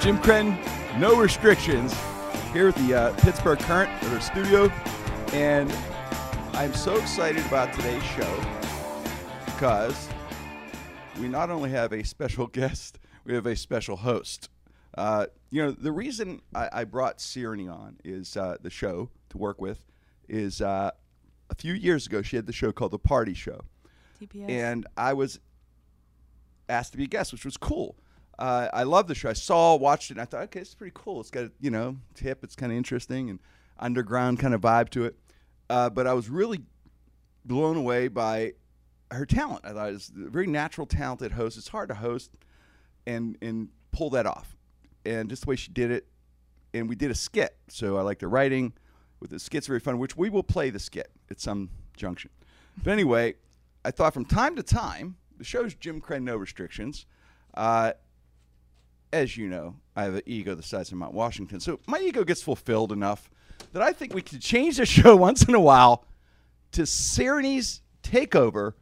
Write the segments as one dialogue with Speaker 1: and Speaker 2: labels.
Speaker 1: Jim Crenton, no restrictions, here at the uh, Pittsburgh Current at our studio, and I'm so excited about today's show because we not only have a special guest, we have a special host. Uh, you know, the reason I, I brought Sirini on is uh, the show to work with is uh, a few years ago she had the show called The Party Show,
Speaker 2: TPS.
Speaker 1: and I was asked to be a guest, which was cool. Uh, I love the show. I saw, watched it, and I thought, okay, it's pretty cool. It's got a, you know tip. It's kind of interesting and underground kind of vibe to it. Uh, but I was really blown away by her talent. I thought it was a very natural, talented host. It's hard to host and and pull that off, and just the way she did it. And we did a skit, so I liked the writing. With the skits, very fun, which we will play the skit at some junction. But anyway, I thought from time to time, the show's Jim Crane, no restrictions. Uh, as you know, I have an ego the size of Mount Washington. So my ego gets fulfilled enough that I think we could change the show once in a while to Sereny's Takeover,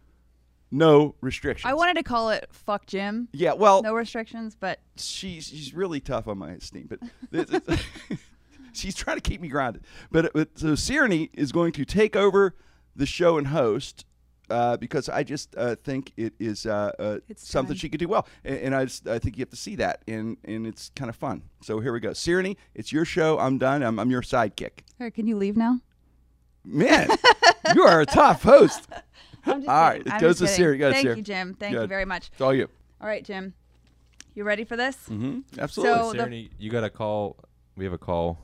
Speaker 1: No Restrictions.
Speaker 2: I wanted to call it "fuck Jim,"
Speaker 1: Yeah, well,
Speaker 2: no restrictions, but
Speaker 1: she's, she's really tough on my esteem, but this is- she's trying to keep me grounded. But, but so Sirene is going to take over the show and host. Uh, because I just uh, think it is uh, uh,
Speaker 2: It's
Speaker 1: something
Speaker 2: time.
Speaker 1: she could do well, and, and I, just, I think you have to see that, and, and it's kind of fun. So here we go, Sirene, it's your show. I'm done. I'm, I'm your sidekick.
Speaker 2: All right, can you leave now?
Speaker 1: Man, you are a tough host.
Speaker 2: I'm just
Speaker 1: All right,
Speaker 2: kidding.
Speaker 1: it
Speaker 2: I'm
Speaker 1: goes
Speaker 2: just
Speaker 1: to
Speaker 2: kidding.
Speaker 1: Siri. Go to
Speaker 2: Thank
Speaker 1: Siri.
Speaker 2: you, Jim. Thank you
Speaker 1: Good.
Speaker 2: very much.
Speaker 1: It's all you.
Speaker 2: All right, Jim, you ready for this?
Speaker 1: hmm Absolutely.
Speaker 2: So- Oh, the-
Speaker 3: Sarony, you got a call. We have a call.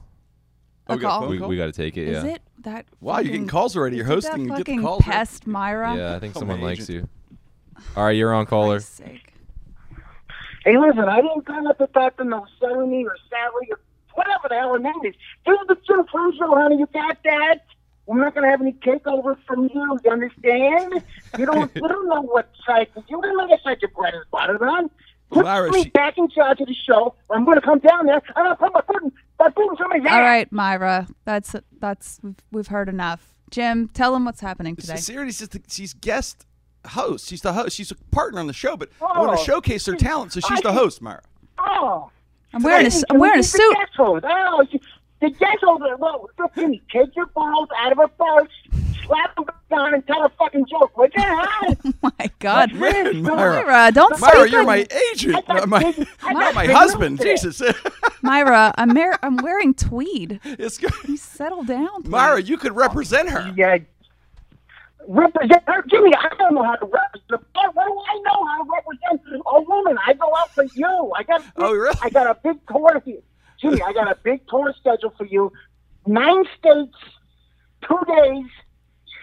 Speaker 1: Oh,
Speaker 2: A
Speaker 1: we got a
Speaker 2: call?
Speaker 1: phone
Speaker 3: We, we got to take it.
Speaker 2: Is
Speaker 3: yeah.
Speaker 2: it that?
Speaker 1: wow, you're getting
Speaker 2: fucking-
Speaker 1: calls already. You're
Speaker 2: is it Mm, that
Speaker 1: hosting. You get the
Speaker 2: fucking
Speaker 1: calls. right?
Speaker 2: pest, Myra.
Speaker 3: Yeah, I think
Speaker 1: Oh,
Speaker 3: someone
Speaker 1: my
Speaker 3: likes
Speaker 1: agent.
Speaker 3: you. All right, you're on caller.
Speaker 2: Christ's sake.
Speaker 4: Hey, listen, I didn't sign up to talk to no Sony or Sally or whatever the hell her name is. This is the Jim Crow Show, honey. You got that? We're not gonna have any takeovers from you. You understand? You don't. you don't know what side. You don't know what side your bread is buttered on. Put
Speaker 1: Lara,
Speaker 4: me
Speaker 1: she-
Speaker 4: back in charge of the show. or I'm gonna come down there. and I'm gonna put my foot in, my foot in somebody's ass.
Speaker 2: All right, Myra. That's that's we've, we've heard enough. Jim, tell him what's happening today.
Speaker 1: Siri's just the, she's guest host. She's the host. She's a partner on the show, but I want to
Speaker 4: Oh.
Speaker 1: showcase her talent, so she's the
Speaker 4: I-
Speaker 1: host, Myra.
Speaker 4: Oh.
Speaker 2: I'm wearing a,
Speaker 4: Hey,
Speaker 2: s- I'm wearing a
Speaker 4: she's the
Speaker 2: suit.
Speaker 4: Gessold. Oh, she, the gessold. Well, look, Jimmy, take your balls out of her purse, slap them down, and tell a fucking joke. What the hell?
Speaker 2: My God,
Speaker 1: Man, Myra.
Speaker 2: Myra, don't
Speaker 1: Myra,
Speaker 2: speak
Speaker 1: you're
Speaker 2: like-
Speaker 1: my agent,
Speaker 4: I
Speaker 1: not
Speaker 4: got
Speaker 1: my,
Speaker 4: big- I
Speaker 1: not
Speaker 4: got
Speaker 1: my
Speaker 4: big
Speaker 1: husband.
Speaker 4: news
Speaker 1: Jesus,
Speaker 2: Myra. I'm mar- I'm wearing tweed.
Speaker 1: it's good.
Speaker 2: Settle down, please.
Speaker 1: Myra, you could represent her.
Speaker 4: Yeah. Represent her, Jimmy. I don't know how to represent. What what do I know how to represent a woman? I go out for you. I got. A big,
Speaker 1: Oh, really?
Speaker 4: I got a big tour for you, Jimmy. I got a big tour schedule for you. Nine states, two days.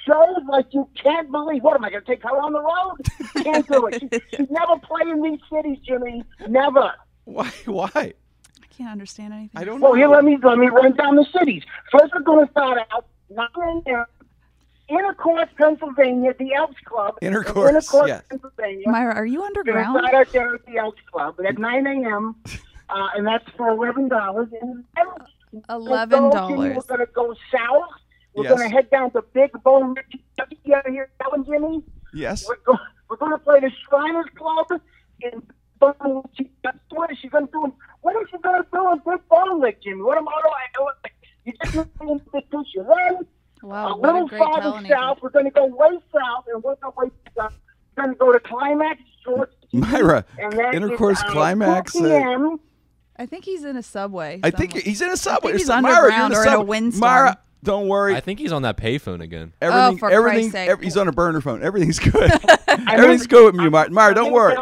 Speaker 4: Shows like you can't believe. What am I going to take her on the road? Can't do it. She, she's never played in these cities, Jimmy. Never.
Speaker 1: Why? Why?
Speaker 2: I can't understand anything.
Speaker 1: I don't know.
Speaker 4: Well, here, let me let me run down the cities. First, we're going to start out not in there, Intercourse, Pennsylvania, the Elks Club.
Speaker 1: Intercourse,
Speaker 4: Intercourse,
Speaker 1: yes.
Speaker 4: Pennsylvania.
Speaker 2: Myra, are you
Speaker 4: We're going to
Speaker 2: underground?
Speaker 4: start out there at the Elks Club at 9 a.m. Uh, and that's for eleven dollars. And then we'll go,
Speaker 2: Eleven
Speaker 4: Jimmy,
Speaker 2: dollars.
Speaker 4: We're going to go south. We're
Speaker 1: Yes.
Speaker 4: going to head down to Big Bone Ridge. You ever hear that one, Jimmy?
Speaker 1: yes.
Speaker 4: We're going, we're going to play the Shriners Club in Bone Lick. What is she going to do? What is she going to do in Big Bone Lick, Jimmy? What am I doing? You just need to do your Then
Speaker 2: Wow,
Speaker 4: a
Speaker 2: Oh, what a
Speaker 4: little
Speaker 2: great
Speaker 4: farther
Speaker 2: talent.
Speaker 4: south, we're going to go way south, and we're going to way south. We're going to go to Climax, Georgia.
Speaker 1: Myra,
Speaker 4: And that is,
Speaker 1: intercourse,
Speaker 4: uh,
Speaker 1: climax.
Speaker 4: 4
Speaker 1: Uh,
Speaker 4: p.m.
Speaker 2: I think he's in a subway.
Speaker 1: I think
Speaker 2: somewhere.
Speaker 1: he's in a subway.
Speaker 2: he's
Speaker 1: So, Myra, you're in
Speaker 2: underground
Speaker 1: a
Speaker 2: or in a
Speaker 1: subway.
Speaker 2: windstorm.
Speaker 1: Myra, don't worry.
Speaker 3: I think he's on that payphone again.
Speaker 4: Oh,
Speaker 1: Everything,
Speaker 2: for Christ's
Speaker 1: everything,
Speaker 2: sake.
Speaker 1: ev- he's on a burner phone. Everything's good. Everything's good with you, Myra. Myra, don't worry.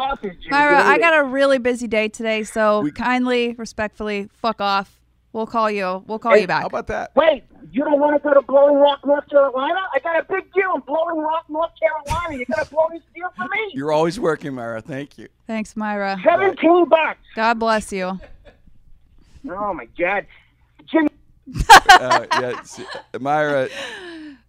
Speaker 2: Myra, I got a really busy day today, so
Speaker 1: We-
Speaker 2: kindly, respectfully, fuck off. We'll call you. We'll call
Speaker 4: Hey,
Speaker 2: you
Speaker 1: How
Speaker 2: back.
Speaker 1: about that?
Speaker 4: Wait, you don't want to go to Blowing Rock, North Carolina? I got a big deal in Blowing Rock, North Carolina. You're going to blow this deal for me?
Speaker 1: You're always working, Myra. Thank you.
Speaker 2: Thanks, Myra.
Speaker 4: 17 bucks.
Speaker 2: God bless you.
Speaker 4: Oh, my God. Jimmy,
Speaker 1: Uh, yeah, see, Myra.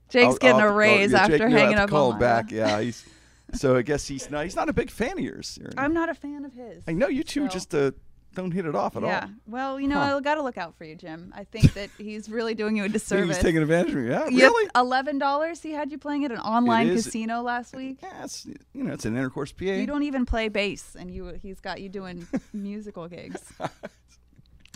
Speaker 2: Jake's
Speaker 1: I'll-
Speaker 2: getting
Speaker 1: I'll have
Speaker 2: a
Speaker 1: to call-
Speaker 2: raise
Speaker 1: yeah, Jake,
Speaker 2: after
Speaker 1: you'll have
Speaker 2: hanging
Speaker 1: to
Speaker 2: up
Speaker 1: Call
Speaker 2: on
Speaker 1: him
Speaker 2: Myra.
Speaker 1: back. Yeah, he's so I guess he's not he's not a big fan of yours. Aaron.
Speaker 2: I'm not a fan of his.
Speaker 1: I know you two
Speaker 2: No.
Speaker 1: just uh, don't hit it off at
Speaker 2: yeah.
Speaker 1: all.
Speaker 2: Well, you know,
Speaker 1: Huh.
Speaker 2: I gotta look out for you, Jim. I think that he's really doing you a
Speaker 1: Maybe
Speaker 2: disservice.
Speaker 1: He's taking advantage of you. Yeah,
Speaker 2: Yep,
Speaker 1: really?
Speaker 2: Eleven dollars. He had you playing at an online
Speaker 1: It is-
Speaker 2: casino last week.
Speaker 1: Yeah, it's you know it's an intercourse PA.
Speaker 2: You don't even play bass, and you he's got you doing musical gigs.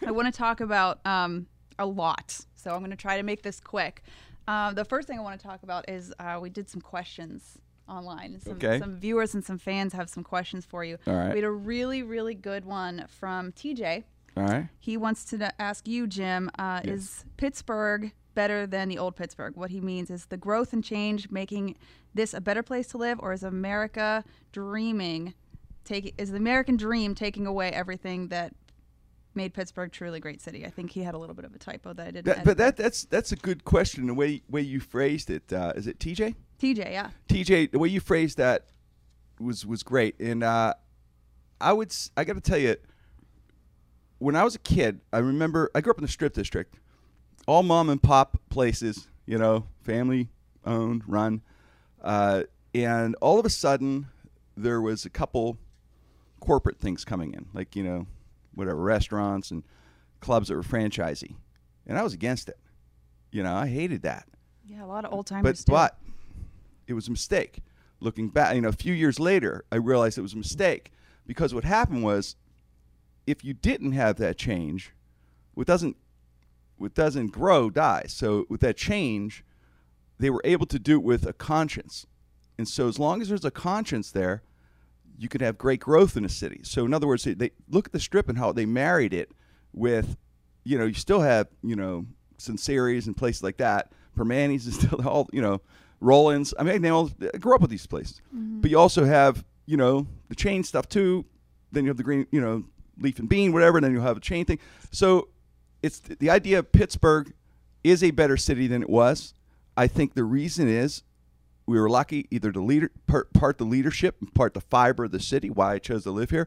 Speaker 2: I want to talk about um, a lot, so I'm going to try to make this quick. Uh, the first thing I want to talk about is uh, we did some questions online. Some,
Speaker 1: Okay.
Speaker 2: some viewers and some fans have some questions for you.
Speaker 1: All right.
Speaker 2: We had a really, really good one from TJ.
Speaker 1: All right.
Speaker 2: He wants to kn- ask you, Jim, uh, is Pittsburgh better than the old Pittsburgh? What he means is the growth and change making this a better place to live, or is America dreaming, take, is the American dream taking away everything that made Pittsburgh truly great city? I think he had a little bit of a typo that I didn't.
Speaker 1: That,
Speaker 2: edit.
Speaker 1: but that that's that's a good question. The way way you phrased it uh, is it TJ?
Speaker 2: TJ, yeah,
Speaker 1: TJ, the way you phrased that was was great, and uh, I would s- I got to tell you, when I was a kid, I remember I grew up in the Strip District, all mom and pop places, you know, family owned, run, uh, and all of a sudden there was a couple corporate things coming in, like you know, whatever restaurants and clubs that were franchisee, and I was against it. You know, I hated that
Speaker 2: yeah, a lot of old
Speaker 1: but
Speaker 2: timers.
Speaker 1: but it was a mistake. Looking back, you know, a few years later, I realized it was a mistake because what happened was, if you didn't have that change, what doesn't what doesn't grow dies. So with that change, they were able to do it with a conscience, and so as long as there's a conscience there, you can have great growth in a city. So in other words, they, they look at the strip and how they married it with, you know, you still have you know Sinceres and places like that. Permanis is still all you know, Rollins. I mean, they all I grew up with these places, but you also have you know the chain stuff too. Then you have the green, you know, leaf and bean, whatever. And then you'll have a chain thing. So it's th- the idea of Pittsburgh is a better city than it was. I think the reason is we were lucky either to leader part, part the leadership and part the fiber of the city why i chose to live here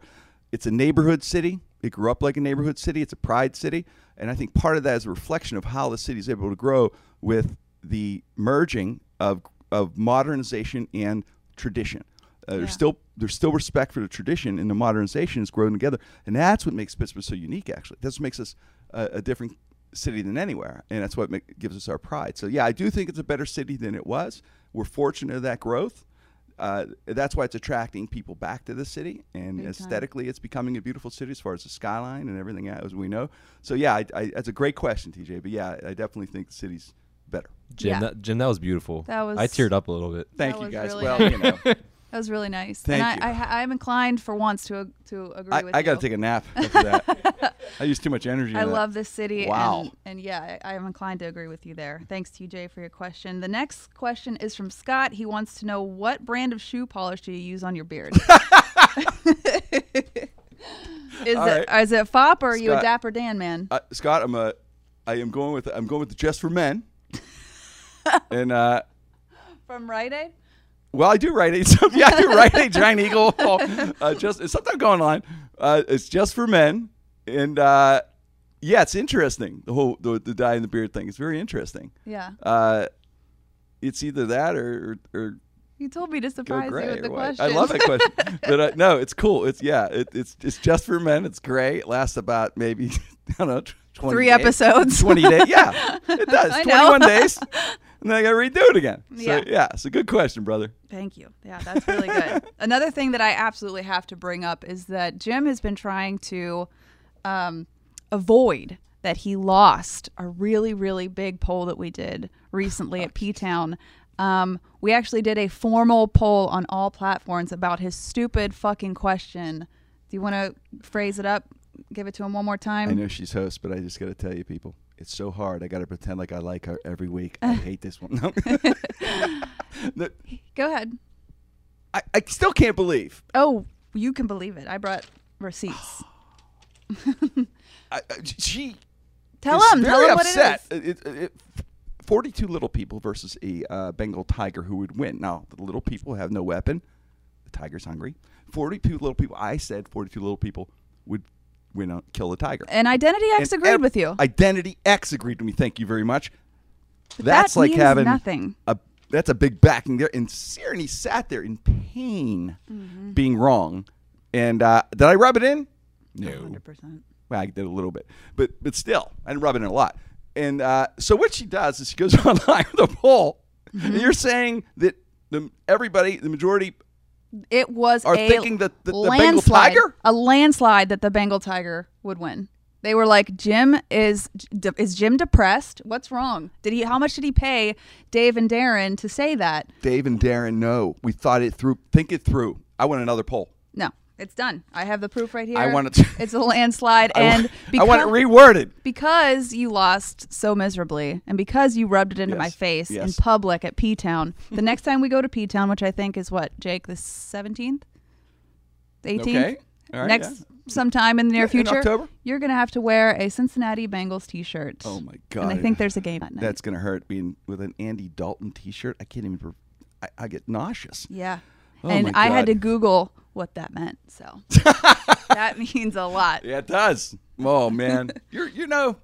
Speaker 1: it's a neighborhood city it grew up like a neighborhood city it's a pride city and i think part of that is a reflection of how the city is able to grow with the merging of of modernization and tradition uh,
Speaker 2: Yeah.
Speaker 1: there's still there's still respect for the tradition and the modernization is growing together and that's what makes pittsburgh so unique actually that's what makes us a, a different city than anywhere, and that's what make, gives us our pride. So yeah, I do think it's a better city than it was. We're fortunate of that growth. Uh, that's why it's attracting people back to the city, and
Speaker 2: Big time.
Speaker 1: aesthetically, it's becoming a beautiful city as far as the skyline and everything as we know. So yeah, I, I, that's a great question, TJ. But yeah, I definitely think the city's better.
Speaker 3: Jim,
Speaker 2: Yeah.
Speaker 3: that, Jim, that was beautiful.
Speaker 2: That was-
Speaker 3: I teared up a little bit.
Speaker 1: Thank
Speaker 2: That
Speaker 1: you
Speaker 2: was
Speaker 1: guys.
Speaker 2: really
Speaker 1: well,
Speaker 2: nice.
Speaker 1: you know,
Speaker 2: that was really nice.
Speaker 1: Thank
Speaker 2: and I,
Speaker 1: you.
Speaker 2: I, I'm inclined for once to to agree
Speaker 1: I,
Speaker 2: with
Speaker 1: I
Speaker 2: you.
Speaker 1: got to take a nap after that. I use too much energy.
Speaker 2: I
Speaker 1: in that.
Speaker 2: love this city.
Speaker 1: Wow.
Speaker 2: And, and yeah, I, I am inclined to agree with you there. Thanks, TJ, for your question. The next question is from Scott. He wants to know what brand of shoe polish do you use on your beard? is,
Speaker 1: All
Speaker 2: it, is it Fop or are you a
Speaker 1: Scott.
Speaker 2: Dapper Dan man?
Speaker 1: uh, Scott, I'm a, I am going with I'm going with just for men, and uh,
Speaker 2: From Rite Aid?
Speaker 1: Well, I do Rite Aid. So, yeah, I do Rite Aid, Giant Eagle. Uh, just it's something going on. Uh, it's just for men, and uh, yeah, it's interesting. The whole the, the dye and the beard thing is very interesting.
Speaker 2: Yeah.
Speaker 1: Uh, it's either that or or, or
Speaker 2: You told me to
Speaker 1: go
Speaker 2: surprise you
Speaker 1: gray.
Speaker 2: with the
Speaker 1: or white.
Speaker 2: question.
Speaker 1: I love that question, but uh, no, it's cool. It's yeah, it, it's it's just for men. It's gray. It lasts about maybe I don't know twenty
Speaker 2: Three
Speaker 1: days.
Speaker 2: episodes.
Speaker 1: 20 days. Yeah, it does.
Speaker 2: I know.
Speaker 1: 21 days. And then I got to redo it again. So,
Speaker 2: Yeah.
Speaker 1: yeah, it's a good question, brother.
Speaker 2: Thank you. Yeah, that's really good. Another thing that I absolutely have to bring up is that Jim has been trying to um, avoid that he lost a really, really big poll that we did recently at P Town. Um, we actually did a formal poll on all platforms about his stupid fucking question. Do you want to phrase it up? Give it to him one more
Speaker 1: I
Speaker 2: time.
Speaker 1: know she's host, but I just got to tell you, people, it's so hard. I got to pretend like I like her every week. I hate this one. No. No,
Speaker 2: Go ahead.
Speaker 1: I, I still can't believe.
Speaker 2: Oh, you can believe it. I brought receipts.
Speaker 1: I, I- she
Speaker 2: Tell
Speaker 1: is
Speaker 2: him. Tell
Speaker 1: very
Speaker 2: him what it
Speaker 1: upset.
Speaker 2: is.
Speaker 1: It- it- it- 42 little people versus a uh, Bengal tiger who would win. Now, the little people have no weapon. The tiger's hungry. 42 little people. I said 42 little people would win on kill the tiger.
Speaker 2: And Identity X
Speaker 1: And
Speaker 2: agreed
Speaker 1: ev-
Speaker 2: with you.
Speaker 1: Identity X agreed with me. Thank you very much.
Speaker 2: But
Speaker 1: that's
Speaker 2: that
Speaker 1: like
Speaker 2: means
Speaker 1: having
Speaker 2: nothing.
Speaker 1: a that's a big backing there. And Sirenny sat there in pain,
Speaker 2: Mm-hmm.
Speaker 1: being wrong. And uh, did I rub it in? No,
Speaker 2: Hundred percent.
Speaker 1: well, I did a little bit, but but still, I didn't rub it in a lot. And uh, so what she does is she goes online with a poll.
Speaker 2: Mm-hmm.
Speaker 1: And you're saying that the, everybody, the majority,
Speaker 2: It was
Speaker 1: Are
Speaker 2: a
Speaker 1: thinking that the- the Bengal
Speaker 2: landslide,
Speaker 1: tiger?
Speaker 2: a landslide that the Bengal tiger would win. They were like, Jim is is Jim depressed? What's wrong? Did he? How much did he pay Dave and Darren to say that?
Speaker 1: Dave and Darren, no. We thought it through. Think it through. I want another poll.
Speaker 2: No, it's done. I have the proof right here.
Speaker 1: I want it to-
Speaker 2: It's a landslide,
Speaker 1: I
Speaker 2: and
Speaker 1: want, I want it reworded.
Speaker 2: because you lost so miserably and because you rubbed it into
Speaker 1: Yes.
Speaker 2: my face in
Speaker 1: Yes.
Speaker 2: public at P Town, the next time we go to P Town, which I think is what, Jake, the 17th? The 18th?
Speaker 1: Okay. All right,
Speaker 2: next
Speaker 1: yeah.
Speaker 2: sometime in the near
Speaker 1: in
Speaker 2: future,
Speaker 1: October.
Speaker 2: you're going to have to wear a Cincinnati Bengals t shirt.
Speaker 1: Oh my god.
Speaker 2: And I think there's a game that night.
Speaker 1: that's gonna hurt being with an Andy Dalton T-shirt. I can't even. I, I get nauseous.
Speaker 2: yeah.
Speaker 1: Oh
Speaker 2: and
Speaker 1: my
Speaker 2: I
Speaker 1: God.
Speaker 2: had to Google what that meant. So that means a lot.
Speaker 1: Yeah, it does. Oh man, you're you know,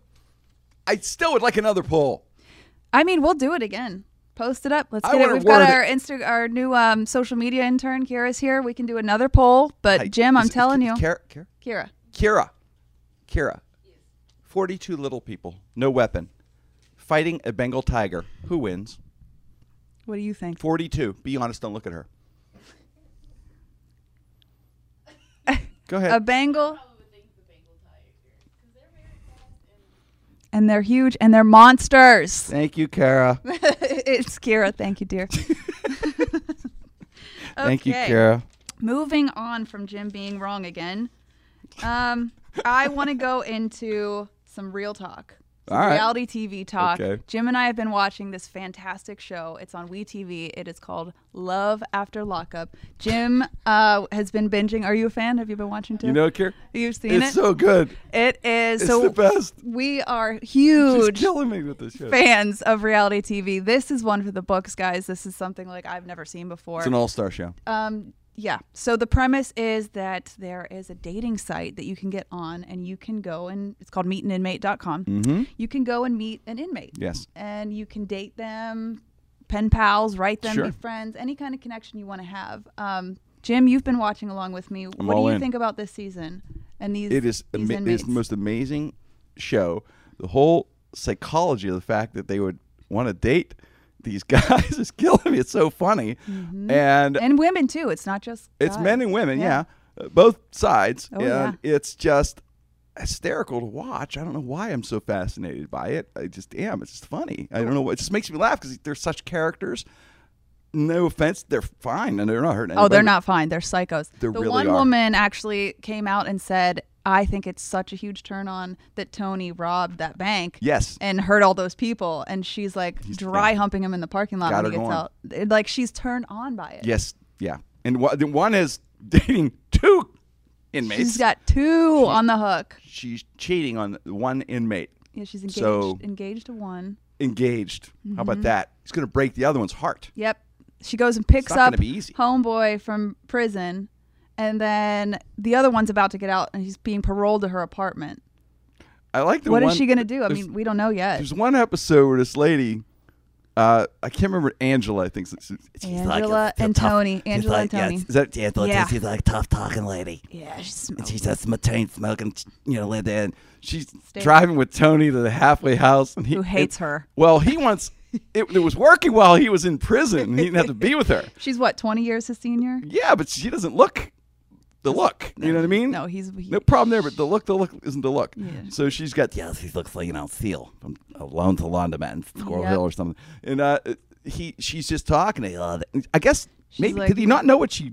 Speaker 1: I still would like another poll.
Speaker 2: I mean, we'll do it again. Post it up. Let's
Speaker 1: I
Speaker 2: get it.
Speaker 1: wanna
Speaker 2: We've got
Speaker 1: word
Speaker 2: our Insta, our new um, social media intern Kira's here. We can do another poll. But
Speaker 1: I-
Speaker 2: Jim, I'm
Speaker 1: is-
Speaker 2: telling you,
Speaker 1: Kara, Kara,
Speaker 2: Kira,
Speaker 1: Kira, Kira, forty-two little people, no weapon, fighting a Bengal tiger. Who wins?
Speaker 2: what do you think?
Speaker 1: Forty-two. Be honest. Don't look at her. Go ahead.
Speaker 2: A Bengal. And they're huge and they're monsters.
Speaker 1: Thank you, Kara.
Speaker 2: it's Kira. Thank you, dear.
Speaker 1: Thank you,
Speaker 2: Okay.
Speaker 1: Kara.
Speaker 2: Moving on from Jim being wrong again, um, I want to go into some real talk. Some
Speaker 1: All right.
Speaker 2: Reality TV talk.
Speaker 1: Okay.
Speaker 2: Jim and I have been watching this fantastic show. It's on WeTV. It is called Love After Lockup. Jim uh, has been binging. Are you a fan? Have you been watching too?
Speaker 1: You know, Kara.
Speaker 2: You've seen
Speaker 1: It's
Speaker 2: it.
Speaker 1: so good.
Speaker 2: it is
Speaker 1: It's
Speaker 2: so
Speaker 1: the best.
Speaker 2: we are
Speaker 1: She's
Speaker 2: huge
Speaker 1: killing me with this shit.
Speaker 2: fans of reality TV. This is one for the books, guys. This is something like I've never seen before.
Speaker 1: It's an all-star show.
Speaker 2: Um, yeah. So the premise is that there is a dating site that you can get on and you can go and it's called meetaninmate.com.
Speaker 1: Mm-hmm.
Speaker 2: You can go and meet an inmate
Speaker 1: Yes.
Speaker 2: and you can date them, pen pals, write them,
Speaker 1: Sure.
Speaker 2: be friends, any kind of connection you want to have. Um, Jim, you've been watching along with me. what
Speaker 1: all
Speaker 2: do you
Speaker 1: in.
Speaker 2: think about this season and these?
Speaker 1: It is
Speaker 2: these
Speaker 1: ama- it is
Speaker 2: inmates?
Speaker 1: the most amazing show. The whole psychology of the fact that they would want to date these guys is killing me. It's so funny, and
Speaker 2: Mm-hmm. and women too. It's not just
Speaker 1: it's
Speaker 2: guys.
Speaker 1: men and women,
Speaker 2: Yeah.
Speaker 1: yeah, Uh, both sides,
Speaker 2: Oh,
Speaker 1: and it's just hysterical to watch. I don't know why I'm so fascinated by it. I just am. It's just funny. I don't know. what- It just makes me laugh because they're such characters. No offense, they're fine and they're not hurting.
Speaker 2: Oh, they're
Speaker 1: anybody.
Speaker 2: not fine. They're psychos.
Speaker 1: They
Speaker 2: the
Speaker 1: really
Speaker 2: one
Speaker 1: are.
Speaker 2: woman actually came out and said, "I think it's such a huge turn on that Tony robbed that bank
Speaker 1: Yes,
Speaker 2: and hurt all those people." And she's like dry humping him in the parking lot
Speaker 1: Got
Speaker 2: when he
Speaker 1: her
Speaker 2: gets
Speaker 1: going.
Speaker 2: out. It- Like she's turned on by it.
Speaker 1: yes, yeah. And wha- the one is dating two inmates.
Speaker 2: she's got two on the hook.
Speaker 1: she's cheating on one inmate,
Speaker 2: Yeah, she's engaged.
Speaker 1: So-
Speaker 2: engaged to one.
Speaker 1: engaged. How about
Speaker 2: Mm-hmm.
Speaker 1: that? It's going to break the other one's heart.
Speaker 2: Yep. She goes and picks
Speaker 1: It's not
Speaker 2: up
Speaker 1: gonna be easy.
Speaker 2: homeboy from prison, and then the other one's about to get out, and he's being paroled to her apartment.
Speaker 1: I like the
Speaker 2: What is
Speaker 1: one.
Speaker 2: she gonna do? I
Speaker 1: there's-
Speaker 2: mean, we don't know yet.
Speaker 1: There's one episode where this lady, uh, I can't remember Angela. I think it's, it's-
Speaker 5: She's like a-
Speaker 2: Angela
Speaker 5: a
Speaker 2: and
Speaker 5: tough-
Speaker 2: Tony.
Speaker 5: she's
Speaker 2: Angela
Speaker 5: like,
Speaker 2: and Tony.
Speaker 5: Yeah, is that Angela?
Speaker 2: Yeah.
Speaker 5: Yeah. She's like tough talking lady.
Speaker 2: Yeah, she's
Speaker 5: And
Speaker 2: smoking.
Speaker 5: she's just machine smoking, you know, lived in.
Speaker 1: she's
Speaker 2: Stay-
Speaker 1: driving with Tony to the halfway house, and he
Speaker 2: Who hates
Speaker 1: it-
Speaker 2: her.
Speaker 1: Well, he wants. It, it was working while he was in prison. He didn't have to be with her.
Speaker 2: She's what, 20 years his senior?
Speaker 1: Yeah, but she doesn't look the look. You know what I mean?
Speaker 2: No, he's. He,
Speaker 1: no problem there. But the look, the look isn't the look.
Speaker 2: Yeah.
Speaker 1: So she's got
Speaker 5: Yeah, she looks like, you know, seal from uh, Lone to Laundromat in Squirrel
Speaker 2: Yep.
Speaker 5: Hill or something.
Speaker 1: and uh, he she's just talking to him. I guess
Speaker 2: She's
Speaker 1: maybe
Speaker 2: like-
Speaker 1: did he not know what she?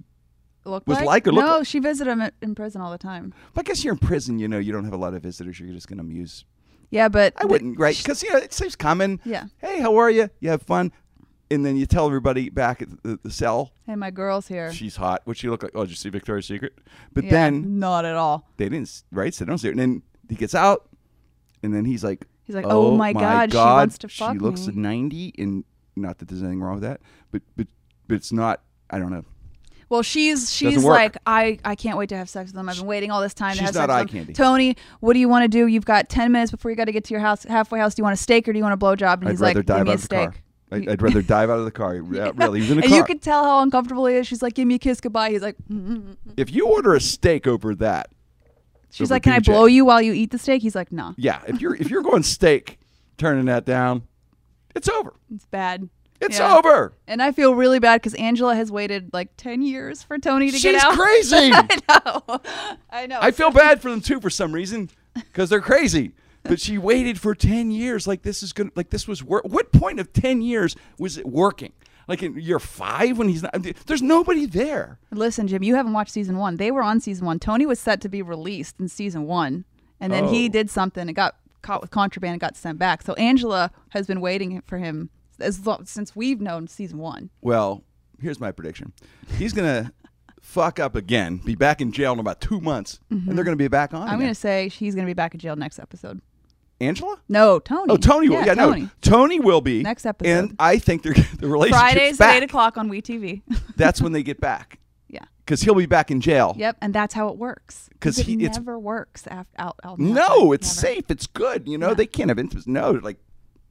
Speaker 2: Looked
Speaker 1: was
Speaker 2: like?
Speaker 1: like or looked
Speaker 2: No,
Speaker 1: like?
Speaker 2: she visited him at- in prison all the time.
Speaker 1: I guess you're in prison. You know, you don't have a lot of visitors. You're just gonna muse.
Speaker 2: Yeah, but.
Speaker 1: I wouldn't, right? Because you know it seems common.
Speaker 2: Yeah.
Speaker 1: Hey, how are you? You have fun, and then you tell everybody back at the, the cell
Speaker 2: Hey, my girl's here.
Speaker 1: she's hot. What she look like? Oh, did you see Victoria's Secret? But
Speaker 2: Yeah,
Speaker 1: then
Speaker 2: Not at all.
Speaker 1: they didn't, s- right? So they don't see her. And then he gets out, and then he's like,
Speaker 2: He's like, "Oh my God, she wants to
Speaker 1: she
Speaker 2: fuck
Speaker 1: looks
Speaker 2: me."
Speaker 1: ninety, and not that there's anything wrong with that, but but but it's not. I don't know.
Speaker 2: Well, she's she's
Speaker 1: Doesn't work.
Speaker 2: like, I, I can't wait to have sex with him. I've been waiting all this time to
Speaker 1: she's
Speaker 2: have
Speaker 1: not
Speaker 2: sex
Speaker 1: eye
Speaker 2: with him.
Speaker 1: candy.
Speaker 2: Tony, what do you want to do? You've got 10 minutes before you got to get to your house, halfway house. Do you want a steak or do you want a blowjob? And
Speaker 1: I'd
Speaker 2: he's
Speaker 1: rather
Speaker 2: like, give
Speaker 1: dive
Speaker 2: me
Speaker 1: out
Speaker 2: a
Speaker 1: of the car.
Speaker 2: steak.
Speaker 1: I'd, I'd rather dive out of the car. Yeah, really, he's in a
Speaker 2: and
Speaker 1: car.
Speaker 2: you could tell how uncomfortable he is. She's like, give me a kiss goodbye. He's like, mm-mm.
Speaker 1: if you order a steak over that,
Speaker 2: she's
Speaker 1: Over
Speaker 2: like, can I
Speaker 1: PJ.
Speaker 2: blow you while you eat the steak? He's like, nah,
Speaker 1: yeah. If you're if you're going steak, turning that down, it's over.
Speaker 2: it's bad.
Speaker 1: It's
Speaker 2: Yeah.
Speaker 1: over.
Speaker 2: And I feel really bad because Angela has waited like 10 years for Tony to
Speaker 1: She's
Speaker 2: get out.
Speaker 1: crazy.
Speaker 2: I know. I know.
Speaker 1: I feel bad for them too for some reason. because they're crazy. But she waited for ten years. Like this is gonna. Like this was work. What point of ten years was it working? Like in year five when he's not. There's nobody there.
Speaker 2: Listen, Jim, you haven't watched season one. They were on season one. Tony was set to be released in season one, and then he
Speaker 1: Oh.
Speaker 2: did something and got caught with contraband and got sent back. So Angela has been waiting for him as long, since we've known season one.
Speaker 1: Well, here's my prediction. He's gonna fuck up again. Be back in jail in about two months, and they're gonna be back on.
Speaker 2: Mm-hmm. I'm
Speaker 1: again.
Speaker 2: going to say she's going to be back in jail next episode.
Speaker 1: Angela.
Speaker 2: No, Tony.
Speaker 1: Oh, Tony will. Yeah,
Speaker 2: Tony.
Speaker 1: no, Tony will be
Speaker 2: Next
Speaker 1: And
Speaker 2: episode.
Speaker 1: I think they're the relationship.
Speaker 2: Fridays at 8 o'clock on WeTV.
Speaker 1: That's when they get back
Speaker 2: yeah.
Speaker 1: because he'll be back in jail.
Speaker 2: Yep, and that's how it works.
Speaker 1: 'Cause
Speaker 2: it
Speaker 1: he- it's-
Speaker 2: never works after out. out
Speaker 1: No, it's
Speaker 2: never.
Speaker 1: safe. It's good. You know,
Speaker 2: Yeah.
Speaker 1: they can't have intimacy. No, like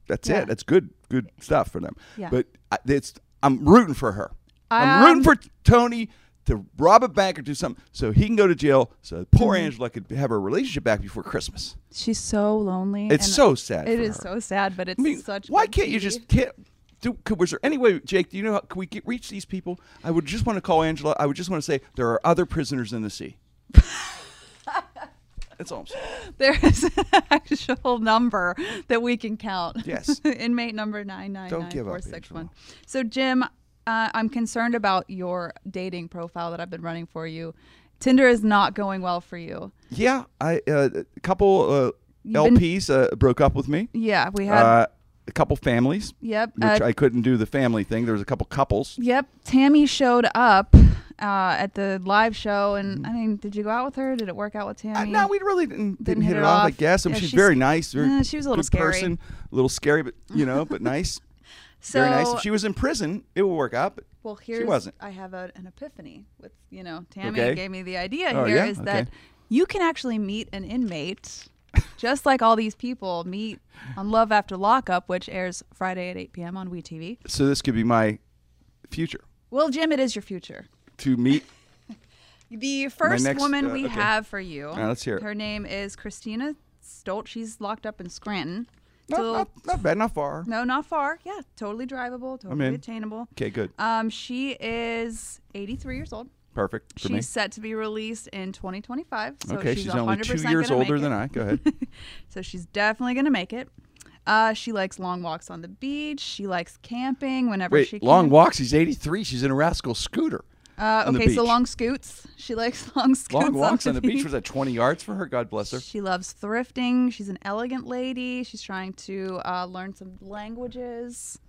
Speaker 1: that's
Speaker 2: Yeah.
Speaker 1: it. That's good. Good stuff for them.
Speaker 2: Yeah.
Speaker 1: But I, it's I'm rooting for her. I'm
Speaker 2: Um,
Speaker 1: rooting for Tony to rob a bank or do something so he can go to jail. So poor
Speaker 2: Mm-hmm.
Speaker 1: Angela could have her relationship back before Christmas.
Speaker 2: She's so lonely.
Speaker 1: It's
Speaker 2: and
Speaker 1: so sad.
Speaker 2: It
Speaker 1: for
Speaker 2: is
Speaker 1: her.
Speaker 2: so sad, but it's
Speaker 1: I mean,
Speaker 2: such.
Speaker 1: why
Speaker 2: good
Speaker 1: can't you
Speaker 2: TV.
Speaker 1: just can't? Do, could, was there any way, Jake? Do you know how can we get, reach these people? I would just want to call Angela. I would just want to say there are other prisoners in the sea. That's all I'm saying.
Speaker 2: There is an actual number that we can count.
Speaker 1: Yes.
Speaker 2: Inmate number nine nine
Speaker 1: Don't
Speaker 2: nine
Speaker 1: give up,
Speaker 2: four six one.
Speaker 1: Angela.
Speaker 2: So Jim, uh, I'm concerned about your dating profile that I've been running for you. Tinder is not going well for you.
Speaker 1: Yeah, I uh, a couple uh,
Speaker 2: been-
Speaker 1: LPs uh, broke up with me.
Speaker 2: Yeah, we had.
Speaker 1: Uh, a couple families.
Speaker 2: Yep,
Speaker 1: Which
Speaker 2: uh,
Speaker 1: I couldn't do the family thing. There was a couple couples.
Speaker 2: yep, Tammy showed up uh, at the live show, and I mean, did you go out with her? Did it work out with Tammy?
Speaker 1: Mm-hmm. Uh, no, we really didn't, didn't, hit, it off. I guess. I mean,
Speaker 2: Yeah,
Speaker 1: she's,
Speaker 2: she's-
Speaker 1: very nice. Very
Speaker 2: Eh, she was a little
Speaker 1: good
Speaker 2: scary.
Speaker 1: person. A little scary, but you know, but nice.
Speaker 2: So,
Speaker 1: very nice. If she was in prison, it would work out. But
Speaker 2: Well, here's
Speaker 1: she wasn't.
Speaker 2: I have a, an epiphany with you know Tammy
Speaker 1: Okay.
Speaker 2: gave me the idea here
Speaker 1: Oh,
Speaker 2: is
Speaker 1: yeah?
Speaker 2: that
Speaker 1: Okay.
Speaker 2: you can actually meet an inmate, just like all these people meet on Love After Lockup, which airs Friday at 8 p.m. on WeTV.
Speaker 1: So this could be my future
Speaker 2: Well, Jim, it is your future.
Speaker 1: to meet
Speaker 2: The first
Speaker 1: next-
Speaker 2: woman
Speaker 1: uh,
Speaker 2: we
Speaker 1: okay.
Speaker 2: have for you.
Speaker 1: right, let's hear it.
Speaker 2: Her name is Christina Stolt. She's locked up in Scranton.
Speaker 1: Not,
Speaker 2: Till-
Speaker 1: not, not bad, not far.
Speaker 2: no, not far. Yeah, totally drivable,
Speaker 1: in.
Speaker 2: totally attainable.
Speaker 1: Okay, good.
Speaker 2: Um, she is 83 years old.
Speaker 1: Perfect for
Speaker 2: She's
Speaker 1: me.
Speaker 2: set to be released in 2025. So
Speaker 1: okay,
Speaker 2: she's,
Speaker 1: she's, only
Speaker 2: 100%
Speaker 1: two years
Speaker 2: gonna
Speaker 1: older
Speaker 2: make
Speaker 1: than
Speaker 2: it.
Speaker 1: I. Go ahead.
Speaker 2: So she's definitely going to make it. Uh, she likes long walks on the beach. She likes camping whenever she
Speaker 1: Wait,
Speaker 2: can.
Speaker 1: long walks. She's 83. She's in a rascal scooter.
Speaker 2: Uh,
Speaker 1: on the
Speaker 2: okay, so
Speaker 1: beach.
Speaker 2: long scoots. She likes long scoots.
Speaker 1: Long walks on the beach. Was that 20 yards for her? God bless her.
Speaker 2: She loves thrifting. She's an elegant lady. She's trying to uh, learn some languages.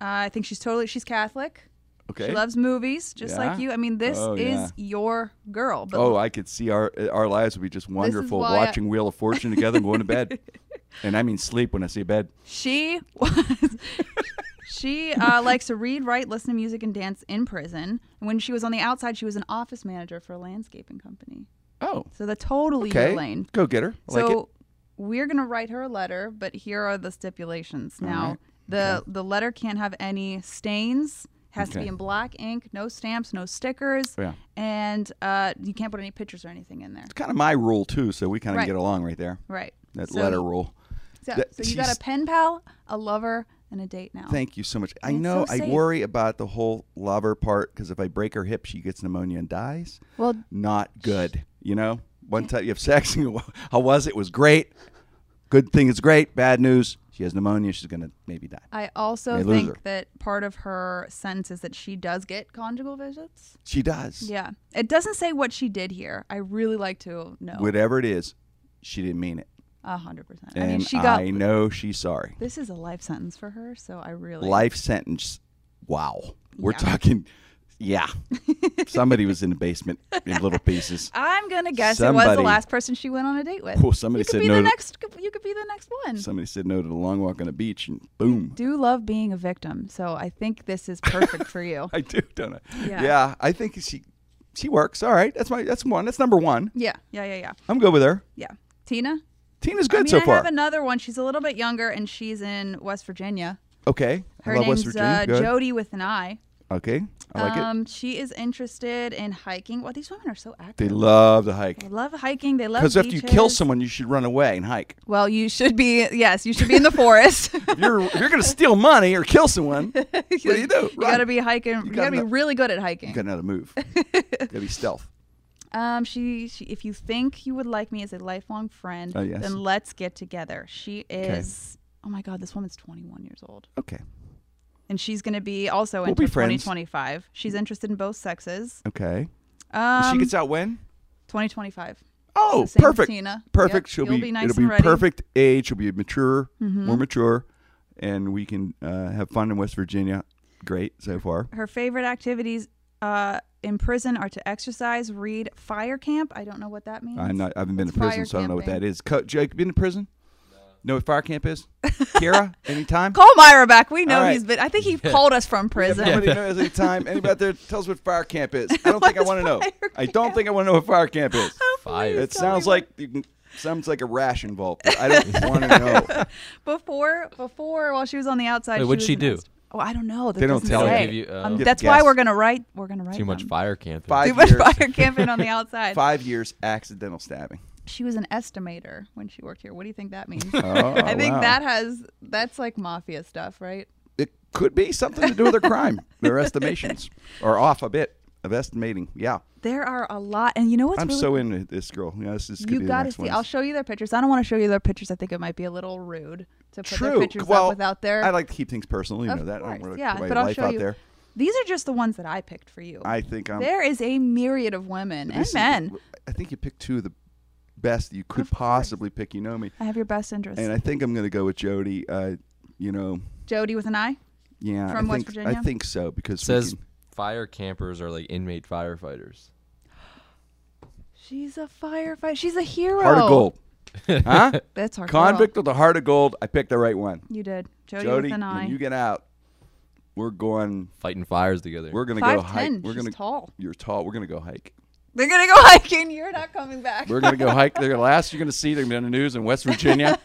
Speaker 2: Uh, I think she's totally. She's Catholic.
Speaker 1: Okay.
Speaker 2: She loves movies, just
Speaker 1: Yeah?
Speaker 2: like you. I mean, this
Speaker 1: Oh,
Speaker 2: is
Speaker 1: yeah.
Speaker 2: your girl. But
Speaker 1: Oh, I could see our uh, our lives would be just wonderful
Speaker 2: why I-
Speaker 1: watching Wheel of Fortune together and going to bed. And I mean sleep when I say bed.
Speaker 2: She was. she uh, likes to read, write, listen to music, and dance in prison. When she was on the outside, she was an office manager for a landscaping company.
Speaker 1: Oh,
Speaker 2: So the totally your
Speaker 1: okay.
Speaker 2: lane.
Speaker 1: Go get her. I like
Speaker 2: so
Speaker 1: it.
Speaker 2: we're gonna write her a letter, but here are the stipulations. Now
Speaker 1: right.
Speaker 2: the the letter can't have any stains. Has to be
Speaker 1: Okay.
Speaker 2: in black ink, no stamps, no stickers,
Speaker 1: Oh, Yeah.
Speaker 2: and uh, you can't put any pictures or anything in there.
Speaker 1: It's kind of my rule too, so we kind of
Speaker 2: Right.
Speaker 1: get along right there.
Speaker 2: Right.
Speaker 1: That
Speaker 2: So-
Speaker 1: letter rule.
Speaker 2: So,
Speaker 1: That-
Speaker 2: so you got
Speaker 1: she's-
Speaker 2: a pen pal, a lover, and a date now.
Speaker 1: Thank you so much. I
Speaker 2: It's
Speaker 1: know
Speaker 2: so
Speaker 1: I
Speaker 2: safe.
Speaker 1: worry about the whole lover part because if I break her hip, she gets pneumonia and dies.
Speaker 2: well,
Speaker 1: Not good. You know, one time you have sex and you go, how was it? It was great. Good thing it's great. Bad news. She has pneumonia. She's going to maybe die.
Speaker 2: I also
Speaker 1: May lose
Speaker 2: think
Speaker 1: her.
Speaker 2: that part of her sentence is that she does get conjugal visits.
Speaker 1: She does.
Speaker 2: Yeah. It doesn't say what she did here. I really like to know.
Speaker 1: Whatever it is, she didn't mean it.
Speaker 2: A hundred percent. I
Speaker 1: And I,
Speaker 2: mean, she got.
Speaker 1: know she's sorry.
Speaker 2: This is a life sentence for her, so I really.
Speaker 1: Life sentence. Wow. We're
Speaker 2: Yeah.
Speaker 1: talking, yeah. Somebody was in the basement in little pieces.
Speaker 2: I'm gonna guess it was the
Speaker 1: Somebody-
Speaker 2: last person she went on a date with.
Speaker 1: Well, somebody
Speaker 2: you could
Speaker 1: said
Speaker 2: be
Speaker 1: no
Speaker 2: the
Speaker 1: to-
Speaker 2: next. You could be the next one.
Speaker 1: Somebody said no to the long walk on the beach, and boom.
Speaker 2: Do love being a victim, so I think this is perfect for you.
Speaker 1: I do, don't I?
Speaker 2: Yeah.
Speaker 1: Yeah. I think she she works. All right. That's my that's one. That's number one.
Speaker 2: Yeah, yeah, yeah, yeah,
Speaker 1: I'm good with her.
Speaker 2: yeah. Tina.
Speaker 1: Tina's good
Speaker 2: I mean,
Speaker 1: so
Speaker 2: I
Speaker 1: far.
Speaker 2: have another one. She's a little bit younger, and she's in West Virginia.
Speaker 1: okay.
Speaker 2: Her
Speaker 1: I love West
Speaker 2: name's
Speaker 1: Virginia.
Speaker 2: uh,
Speaker 1: Good.
Speaker 2: Jody with an I.
Speaker 1: Okay. I like it.
Speaker 2: um, She is interested in hiking. Well, these women are so
Speaker 1: They
Speaker 2: active.
Speaker 1: love to hike.
Speaker 2: They love hiking. They love
Speaker 1: Because after you kill
Speaker 2: beaches.
Speaker 1: someone, you should run away and hike.
Speaker 2: well, you should be yes, you should be in the forest.
Speaker 1: If you're if you're gonna steal money or kill someone, what do you do?
Speaker 2: You got to
Speaker 1: Run.
Speaker 2: be hiking. You, got
Speaker 1: gotta
Speaker 2: to be
Speaker 1: know-
Speaker 2: really good at hiking.
Speaker 1: You gotta know how to move. you gotta be stealth.
Speaker 2: Um, she, she, if you think you would like me as a lifelong friend,
Speaker 1: Oh, yes.
Speaker 2: then let's get together. She is. Oh my God, this woman's 21 years old,
Speaker 1: Okay.
Speaker 2: and she's going to be also
Speaker 1: We'll
Speaker 2: into
Speaker 1: be friends.
Speaker 2: 2025. She's interested in both sexes.
Speaker 1: Okay.
Speaker 2: Um,
Speaker 1: she gets out when?
Speaker 2: 2025.
Speaker 1: Oh,
Speaker 2: same with
Speaker 1: perfect.
Speaker 2: Tina.
Speaker 1: Perfect.
Speaker 2: Yep,
Speaker 1: She'll
Speaker 2: you'll
Speaker 1: be,
Speaker 2: be nice
Speaker 1: it'll
Speaker 2: and
Speaker 1: be
Speaker 2: ready. Mm-hmm.
Speaker 1: perfect age. She'll be mature, more mature, and we can uh, have fun in West Virginia. Great so far.
Speaker 2: Her favorite activities uh, in prison are to exercise, read, fire camp. I don't know what that means.
Speaker 1: I'm not. I haven't been to
Speaker 2: It's
Speaker 1: prison,
Speaker 2: fire
Speaker 1: so I don't know what that
Speaker 2: camping.
Speaker 1: is. Co- Jake, been to prison? Know what fire camp is? Kira, anytime.
Speaker 2: Call Myra back. We know
Speaker 1: All right.
Speaker 2: he's been. I think he called us from prison.
Speaker 1: Anybody knows anytime? Anybody out there tell us what fire camp is? I don't think I
Speaker 2: What
Speaker 1: want to know.
Speaker 2: is fire
Speaker 1: I don't think I want to know what fire camp is.
Speaker 3: Fire.
Speaker 1: It sounds like sounds like a rash involved. But I don't want to know.
Speaker 2: Before, before, while she was on the outside,
Speaker 3: Wait, what'd
Speaker 2: was
Speaker 3: she
Speaker 2: an
Speaker 3: do?
Speaker 2: est- Oh, I don't know. That
Speaker 1: They don't
Speaker 2: doesn't
Speaker 1: tell you.
Speaker 2: say.
Speaker 3: Give you, uh,
Speaker 2: Um,
Speaker 3: Give
Speaker 2: that's
Speaker 1: guess.
Speaker 2: why we're gonna write. We're gonna write
Speaker 3: Too much
Speaker 2: them.
Speaker 3: fire camping.
Speaker 1: Five
Speaker 2: Too much
Speaker 1: years.
Speaker 2: fire camping on the outside.
Speaker 1: Five years accidental stabbing.
Speaker 2: She was an estimator when she worked here. What do you think that means?
Speaker 1: Oh,
Speaker 2: I think
Speaker 1: wow.
Speaker 2: that has that's like mafia stuff, right?
Speaker 1: it could be something to do with their crime. their estimations are off a bit of estimating. Yeah,
Speaker 2: There are a lot, and you know what's
Speaker 1: I'm
Speaker 2: really
Speaker 1: so into this girl. Yeah, this is. Could
Speaker 2: you
Speaker 1: be the
Speaker 2: got to
Speaker 1: next
Speaker 2: see.
Speaker 1: one.
Speaker 2: I'll show you their pictures. I don't want to show you their pictures. I think it might be a little rude to put
Speaker 1: True.
Speaker 2: their pictures
Speaker 1: well,
Speaker 2: up without their.
Speaker 1: I like to keep things personal. You
Speaker 2: Of
Speaker 1: know that. I don't
Speaker 2: course,
Speaker 1: want to
Speaker 2: yeah,
Speaker 1: put my
Speaker 2: but I'll
Speaker 1: life
Speaker 2: show
Speaker 1: out
Speaker 2: you.
Speaker 1: there.
Speaker 2: These are just the ones that I picked for you.
Speaker 1: I think I'm.
Speaker 2: there is a myriad of women and
Speaker 1: this is-
Speaker 2: men.
Speaker 1: I think you picked two of the best that you could
Speaker 2: Of course.
Speaker 1: possibly pick. You know me,
Speaker 2: I have your best interest.
Speaker 1: and I think I'm going to go with Jody. Uh, you know,
Speaker 2: Jody with an eye.
Speaker 1: yeah, I
Speaker 2: From West
Speaker 1: think I
Speaker 2: Virginia?
Speaker 1: think so because we
Speaker 3: says
Speaker 1: can-
Speaker 3: fire campers are like inmate firefighters.
Speaker 2: She's a firefighter. She's a hero.
Speaker 1: heart of gold, huh?
Speaker 2: That's our girl.
Speaker 1: Convict with a heart of gold. I picked the right one.
Speaker 2: You did. Jody,
Speaker 1: Jody,
Speaker 2: with an eye.
Speaker 1: when you get out, we're going.
Speaker 3: Fighting fires together.
Speaker 1: We're gonna go
Speaker 2: Five
Speaker 1: hike.
Speaker 2: ten.
Speaker 1: We're
Speaker 2: She's
Speaker 1: gonna
Speaker 2: tall.
Speaker 1: You're tall. We're gonna go hike.
Speaker 2: They're gonna go hiking. You're not coming back.
Speaker 1: We're gonna go hike. They're the last you're gonna see. They're gonna be on the news in West Virginia.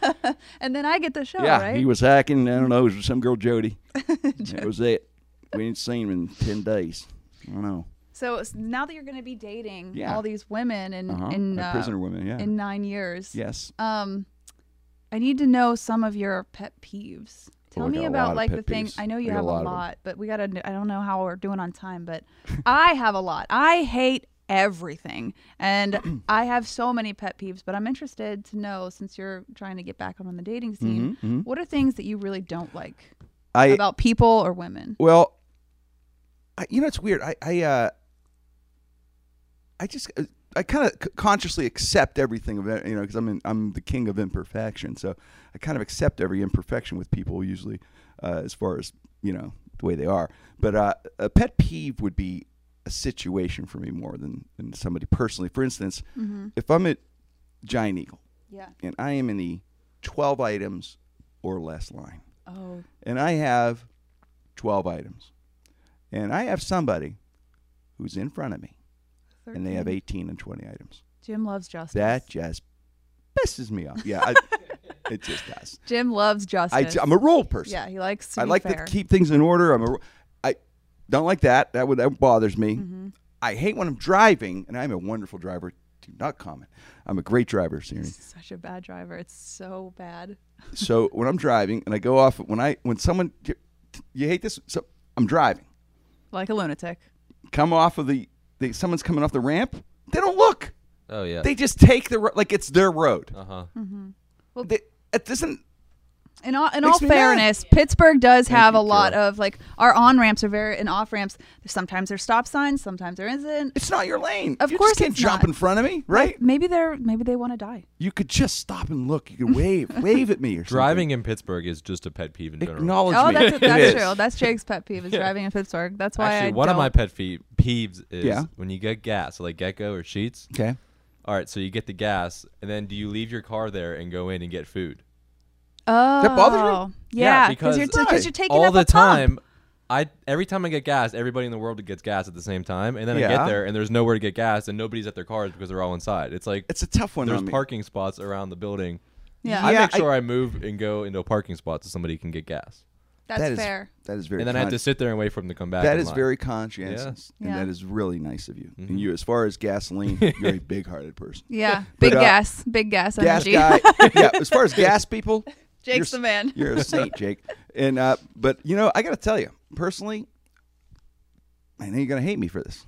Speaker 2: and then I get the show,
Speaker 1: yeah,
Speaker 2: right?
Speaker 1: he was hiking. I don't know. It was some girl Jody. That was it. We ain't seen him in ten days. I don't know.
Speaker 2: so s- now that you're gonna be dating
Speaker 1: Yeah.
Speaker 2: all these women in
Speaker 1: Uh-huh.
Speaker 2: in
Speaker 1: Like
Speaker 2: uh,
Speaker 1: prisoner women. Yeah.
Speaker 2: in nine years,
Speaker 1: yes.
Speaker 2: um, I need to know some of your pet peeves. Tell
Speaker 1: Oh, we got
Speaker 2: me
Speaker 1: a lot
Speaker 2: about
Speaker 1: of
Speaker 2: like
Speaker 1: pet
Speaker 2: the thing.
Speaker 1: peeves.
Speaker 2: I know
Speaker 1: I
Speaker 2: you
Speaker 1: got a
Speaker 2: have a
Speaker 1: lot
Speaker 2: lot,
Speaker 1: of 'em.
Speaker 2: but we gotta. kn- I don't know how we're doing on time, but I have a lot. I hate everything, and I have so many pet peeves. But I'm interested to know since you're trying to get back on the dating
Speaker 1: Mm-hmm,
Speaker 2: scene, what are things that you really don't like
Speaker 1: I
Speaker 2: about people or women?
Speaker 1: well, I, you know it's weird. I I uh, I just uh, I kind of c- consciously accept everything of it, you know because I'm in, I'm the king of imperfection, so I kind of accept every imperfection with people usually, uh, as far as you know the way they are. But uh, a pet peeve would be a situation for me more than than somebody personally. For instance, if I'm at Giant Eagle
Speaker 2: Yeah.
Speaker 1: and I am in the twelve items or less line
Speaker 2: Oh.
Speaker 1: and I have 12 items. And I have somebody who's in front of me, and they have 18 and 20 items.
Speaker 2: Jim loves justice.
Speaker 1: That just pisses me off. Yeah, I, it just does.
Speaker 2: Jim loves
Speaker 1: I,
Speaker 2: justice.
Speaker 1: am a rule person.
Speaker 2: yeah, he likes. To
Speaker 1: I
Speaker 2: be
Speaker 1: like
Speaker 2: fair.
Speaker 1: to keep things in order. I'm a, ru- I don't like that. That would that bothers me.
Speaker 2: Mm-hmm.
Speaker 1: I hate when I'm driving, and I'm a wonderful driver. Do not comment. I'm a great driver, Siri.
Speaker 2: Such a bad driver. It's so bad.
Speaker 1: so when I'm driving, and I go off when I when someone you hate this. So I'm driving.
Speaker 2: Like a lunatic.
Speaker 1: come off of the, the someone's coming off the ramp, they don't look.
Speaker 3: oh yeah.
Speaker 1: They just take the ro- like it's their road.
Speaker 3: uh huh.
Speaker 2: Mm-hmm.
Speaker 1: They, it doesn't.
Speaker 2: In all, in
Speaker 1: Makes
Speaker 2: all
Speaker 1: me mad.
Speaker 2: fairness, Pittsburgh does have
Speaker 1: you,
Speaker 2: a lot
Speaker 1: Carol.
Speaker 2: of like our on ramps are very and off ramps. Sometimes they're stop signs, sometimes they're isn't.
Speaker 1: It's not your lane.
Speaker 2: Of
Speaker 1: you
Speaker 2: course
Speaker 1: just can't
Speaker 2: it's
Speaker 1: jump
Speaker 2: not.
Speaker 1: in front of me, right?
Speaker 2: Maybe they're maybe they want to die.
Speaker 1: You could just stop and look. You could wave, wave at me or something.
Speaker 3: Driving in Pittsburgh is just a pet peeve in general.
Speaker 1: Acknowledge
Speaker 2: Oh,
Speaker 1: me. It
Speaker 2: that's
Speaker 1: is.
Speaker 2: that's true. That's Jake's pet peeve is driving in Pittsburgh. That's why
Speaker 3: Actually,
Speaker 2: I
Speaker 3: one of
Speaker 2: don't-
Speaker 3: my pet fee- peeves is
Speaker 1: Yeah.
Speaker 3: when you get gas, like Gecko or Sheets.
Speaker 1: Okay.
Speaker 3: All right, so you get the gas, and then do you leave your car there and go in and get food?
Speaker 2: oh
Speaker 1: That bothers you?
Speaker 2: yeah because you're,
Speaker 1: Right.
Speaker 2: because you're taking
Speaker 3: all
Speaker 2: up
Speaker 3: the
Speaker 2: a pump.
Speaker 3: time. I every time I get gas, everybody in the world gets gas at the same time, and then I
Speaker 1: Yeah.
Speaker 3: get there and there's nowhere to get gas, and nobody's at their cars because they're all inside. It's like
Speaker 1: It's a tough one.
Speaker 3: there's
Speaker 1: on me.
Speaker 3: parking spots around the building.
Speaker 2: Yeah,
Speaker 3: I
Speaker 1: Yeah,
Speaker 3: make
Speaker 1: I-
Speaker 3: sure I, move and go into a parking spot so somebody can get gas,
Speaker 2: that's
Speaker 1: That is-
Speaker 2: fair.
Speaker 1: That is very.
Speaker 3: and then I have
Speaker 1: kind.
Speaker 3: to sit there and Mm-hmm. wait for them to come back.
Speaker 1: That
Speaker 3: in
Speaker 1: is
Speaker 3: line.
Speaker 1: very conscientious, and
Speaker 2: Yeah.
Speaker 1: that is really nice of you. And you, as far as gasoline, you're a big-hearted person.
Speaker 2: Yeah, big
Speaker 1: uh,
Speaker 2: gas, big gas
Speaker 1: gas
Speaker 2: energy.
Speaker 1: guy. yeah, as far as gas people,
Speaker 2: Jake's
Speaker 1: you're-
Speaker 2: the man.
Speaker 1: You're a saint, Jake. And uh, but you know, I got to tell you personally, I know you're gonna hate me for this,